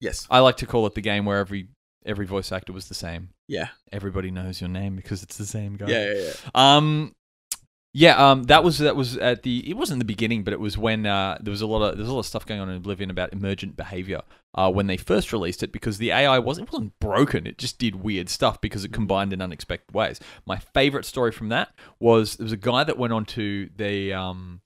Speaker 2: yes.
Speaker 1: i like to call it the game where every every voice actor was the same
Speaker 2: Yeah.
Speaker 1: everybody knows your name because it's the same guy
Speaker 2: Yeah. Yeah. yeah.
Speaker 1: um yeah, um, that was that was at the it wasn't the beginning, but it was when uh, there was a lot of there's a lot of stuff going on in Oblivion about emergent behavior uh, when they first released it because the AI wasn't it wasn't broken, it just did weird stuff because it combined in unexpected ways. My favorite story from that was there was a guy that went onto the um,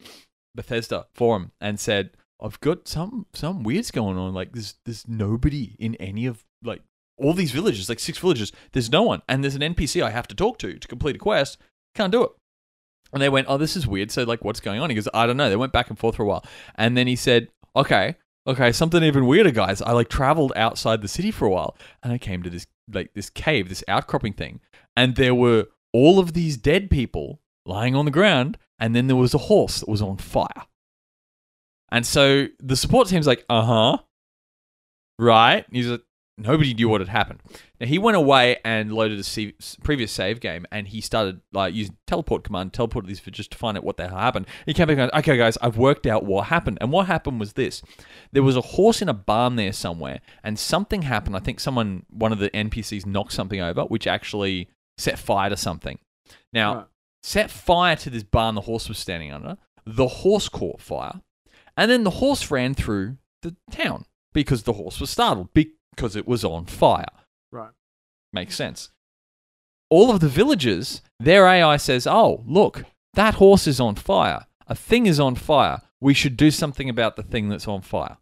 Speaker 1: Bethesda forum and said, "I've got some some weirds going on. Like there's there's nobody in any of like all these villages, like six villages. There's no one, and there's an NPC I have to talk to to complete a quest. Can't do it." And they went, "Oh, this is weird." So like, what's going on? He goes, "I don't know." They went back and forth for a while, and then he said, "Okay, okay, something even weirder, guys. I like traveled outside the city for a while, and I came to this like this cave, this outcropping thing, and there were all of these dead people lying on the ground, and then there was a horse that was on fire." And so the support team's like, "Uh huh, right?" And he's like, "Nobody knew what had happened." Now he went away and loaded a save- previous save game, and he started like using teleport command, teleported these for just to find out what the hell happened. He came back and goes, "Okay, guys, I've worked out what happened." And what happened was this: there was a horse in a barn there somewhere, and something happened. I think someone, one of the NPCs, knocked something over, which actually set fire to something. Now,
Speaker 2: Right.
Speaker 1: set fire to this barn the horse was standing under. The horse caught fire, and then the horse ran through the town because the horse was startled because it was on fire.
Speaker 2: Right.
Speaker 1: Makes sense. All of the villagers, their AI says, oh, look, that horse is on fire. A thing is on fire. We should do something about the thing that's on fire.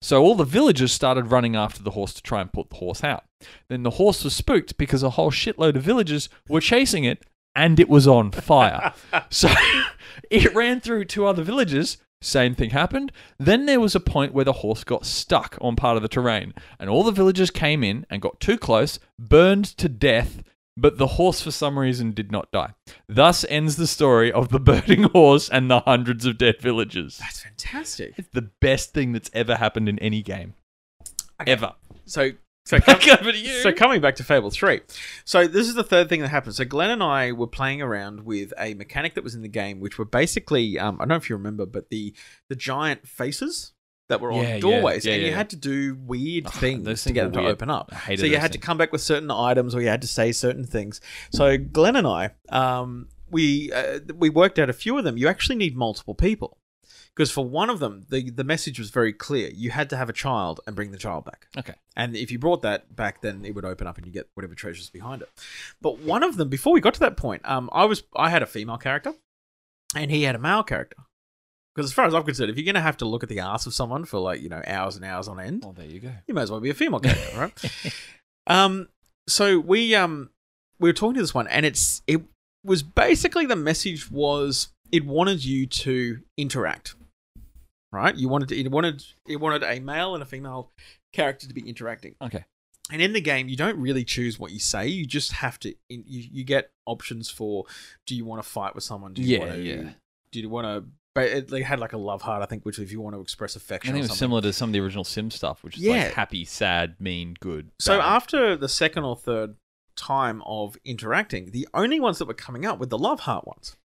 Speaker 1: So all the villagers started running after the horse to try and put the horse out. Then the horse was spooked because a whole shitload of villagers were chasing it and it was on fire. so it ran through two other villages. Same thing happened. Then there was a point where the horse got stuck on part of the terrain, and all the villagers came in and got too close, burned to death, but the horse for some reason did not die. Thus ends the story of the burning horse and the hundreds of dead villagers.
Speaker 2: That's fantastic.
Speaker 1: It's the best thing that's ever happened in any game.
Speaker 2: Okay.
Speaker 1: Ever.
Speaker 2: So, so come,
Speaker 1: Back over to you.
Speaker 2: So coming back to Fable Three, so this is the third thing that happened. So Glenn and I were playing around with a mechanic that was in the game, which were basically um, I don't know if you remember, but the the giant faces that were
Speaker 1: Yeah, yeah,
Speaker 2: on doorways,
Speaker 1: yeah,
Speaker 2: and
Speaker 1: yeah,
Speaker 2: you
Speaker 1: yeah.
Speaker 2: had to do weird
Speaker 1: Ugh,
Speaker 2: things
Speaker 1: those
Speaker 2: to
Speaker 1: things
Speaker 2: get
Speaker 1: were
Speaker 2: them to
Speaker 1: weird.
Speaker 2: open up.
Speaker 1: I hated
Speaker 2: So you
Speaker 1: those
Speaker 2: had to
Speaker 1: things.
Speaker 2: come back with certain items, or you had to say certain things. So Glenn and I, um, we uh, we worked out a few of them. You actually need multiple people because for one of them, the the message was very clear. You had to have a child and bring the child back.
Speaker 1: Okay.
Speaker 2: And if you brought that back, then it would open up and you get whatever treasures behind it. But one of them, before we got to that point, um, I was I had a female character, and he had a male character. Because as far as I'm concerned, if you're going to have to look at the ass of someone for like you know hours and hours on end,
Speaker 1: Well, there you go.
Speaker 2: you may as well be a female character, right? Um, so we um we were talking to this one, and it's it was basically the message was it wanted you to interact, right? You wanted to, it wanted it wanted a male and a female character to be interacting.
Speaker 1: Okay.
Speaker 2: And in the game, you don't really choose what you say. You just have to. You, you get options for: Do you want to fight with someone? Do you want
Speaker 1: Yeah,
Speaker 2: to,
Speaker 1: yeah.
Speaker 2: Do you want to? But it, they had like a love heart, I think, which if you want to express
Speaker 1: I
Speaker 2: affection.
Speaker 1: think it
Speaker 2: or
Speaker 1: was
Speaker 2: something.
Speaker 1: similar to some of the original Sim stuff, which is
Speaker 2: Yeah.
Speaker 1: like happy, sad, mean, good.
Speaker 2: So
Speaker 1: bad.
Speaker 2: after the second or third time of interacting, the only ones that were coming up were the love heart ones.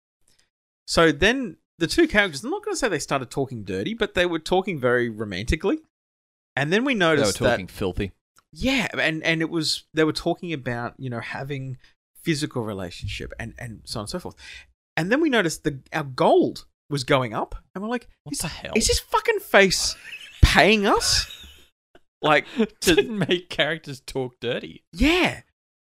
Speaker 2: So then the two characters, I'm not going to say they started talking dirty, but they were talking very romantically. And then we
Speaker 1: they were
Speaker 2: noticed
Speaker 1: talking
Speaker 2: that
Speaker 1: filthy.
Speaker 2: yeah, and and it was they were talking about, you know, having physical relationship and and so on and so forth. And then we noticed the our gold was going up and we're like
Speaker 1: What
Speaker 2: is,
Speaker 1: the hell?
Speaker 2: is his fucking face paying us? like to
Speaker 1: Didn't make characters talk dirty.
Speaker 2: yeah.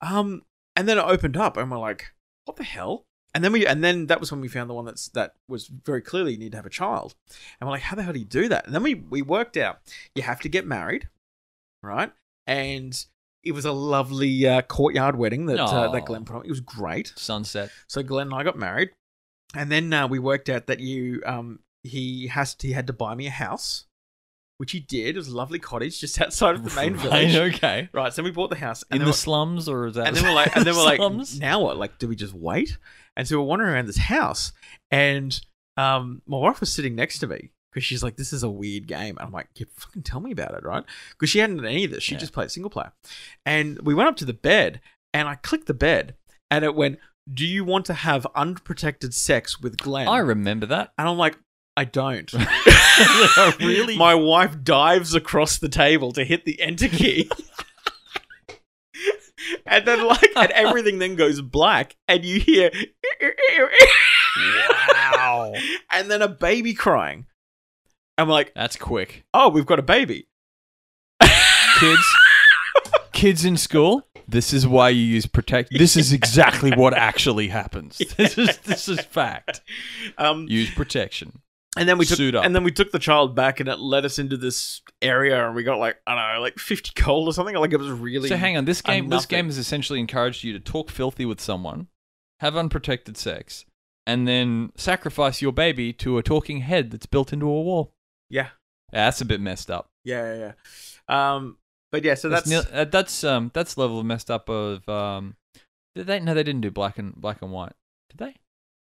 Speaker 2: Um, and then it opened up, and we're like, what the hell? And then we, and then that was when we found the one that's that was very clearly you need to have a child, and we're like, how the hell do you do that? And then we we worked out you have to get married, right? And it was a lovely uh, courtyard wedding that uh,
Speaker 1: Aw.
Speaker 2: that Glenn put on. It was great.
Speaker 1: Sunset.
Speaker 2: So Glenn and I got married, and then uh, we worked out that you um he has he had to buy me a house, which he did. It was a lovely cottage just outside of the main
Speaker 1: Right,
Speaker 2: village.
Speaker 1: okay.
Speaker 2: Right, so we bought the house
Speaker 1: In
Speaker 2: and
Speaker 1: the
Speaker 2: then we-
Speaker 1: slums, or is that?
Speaker 2: and then we're like, and then we're like,
Speaker 1: slums?
Speaker 2: now what? Like, do we just wait? And so we're wandering around this house, and um, my wife was sitting next to me because she's like, "This is a weird game," and I'm like, "Yeah, fucking tell me about it, right?" Because she hadn't done any of this; she
Speaker 1: Yeah.
Speaker 2: just played single player. And we went up to the bed, and I clicked the bed, and it went, "Do you want to have unprotected sex with Glenn?"
Speaker 1: I remember that.
Speaker 2: and I'm like, "I don't."
Speaker 1: I really.
Speaker 2: My wife dives across the table to hit the enter key. and then like and everything then goes black and you hear
Speaker 1: wow.
Speaker 2: and then a baby crying. I'm like,
Speaker 1: That's quick.
Speaker 2: "Oh, we've got a baby."
Speaker 1: Kids. Kids in school. This is why you use protect. This is exactly what actually happens. This is this is fact.
Speaker 2: Um
Speaker 1: Use protection.
Speaker 2: and then we took
Speaker 1: Suit up.
Speaker 2: and then we took the child back and it led us into this area and we got like I don't know, like 50 gold or something. Like it was really
Speaker 1: So hang on, this
Speaker 2: are
Speaker 1: game this
Speaker 2: nothing.
Speaker 1: game has essentially encouraged you to talk filthy with someone, have unprotected sex, and then sacrifice your baby to a talking head that's built into a wall.
Speaker 2: Yeah.
Speaker 1: Yeah, that's a bit messed up.
Speaker 2: Yeah, yeah, yeah. Um but yeah, so that's,
Speaker 1: that's nil- uh, that's um that's level of messed up of um did they no they didn't do black and black and white did they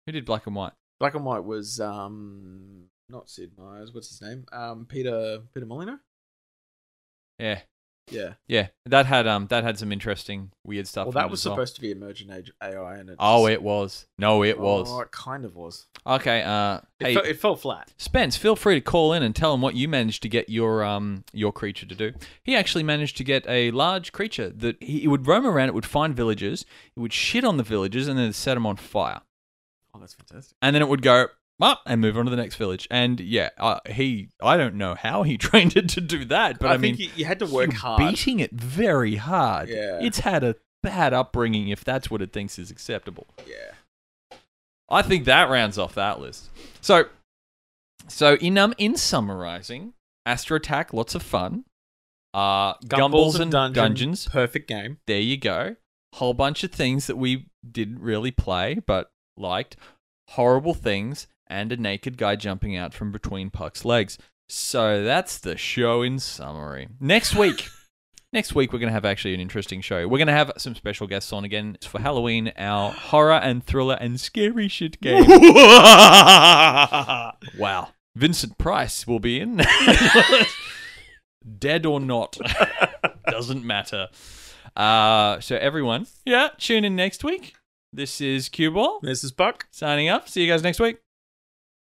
Speaker 1: who did black and white
Speaker 2: Black and White was um not Sid Myers. What's his name? Um, Peter Peter Molyneux.
Speaker 1: yeah
Speaker 2: Yeah.
Speaker 1: yeah that had um that had some interesting weird stuff
Speaker 2: Well,
Speaker 1: in it
Speaker 2: that was
Speaker 1: as well.
Speaker 2: supposed to be Emergent Age AI, and it
Speaker 1: oh
Speaker 2: just-
Speaker 1: it was no it
Speaker 2: Oh,
Speaker 1: was
Speaker 2: it kind of was.
Speaker 1: okay uh
Speaker 2: It,
Speaker 1: hey
Speaker 2: fell, it fell flat.
Speaker 1: Spence, feel free to call in and tell him what you managed to get your um your creature to do. He actually managed to get a large creature that he it would roam around. It would find villagers. It would shit on the villagers and then set them on fire.
Speaker 2: Oh, that's fantastic.
Speaker 1: And then it would go up and move on to the next village. And yeah, uh, he I don't know how he trained it to do that, but I,
Speaker 2: I,
Speaker 1: mean,
Speaker 2: think you, you had to work
Speaker 1: you're
Speaker 2: hard.
Speaker 1: beating it very hard.
Speaker 2: Yeah.
Speaker 1: it's had a bad upbringing if that's what it thinks is acceptable.
Speaker 2: yeah.
Speaker 1: I think that rounds off that list. So, so in um in summarizing, Astro Attack, lots of fun. Uh, Gumballs and
Speaker 2: Dungeon,
Speaker 1: Dungeons,
Speaker 2: Perfect game.
Speaker 1: there you go. Whole bunch of things that we didn't really play but liked. Horrible things and a naked guy jumping out from between Puck's legs. So that's the show in summary. Next week. Next week, we're going to have actually an interesting show. We're going to have some special guests on again for Halloween, our horror and thriller and scary shit game. Wow. Vincent Price will be in. Dead or not. Doesn't matter. Uh, so, everyone, yeah, tune in next week. This is Cue Ball
Speaker 2: this is Buck.
Speaker 1: signing up. See you guys next week.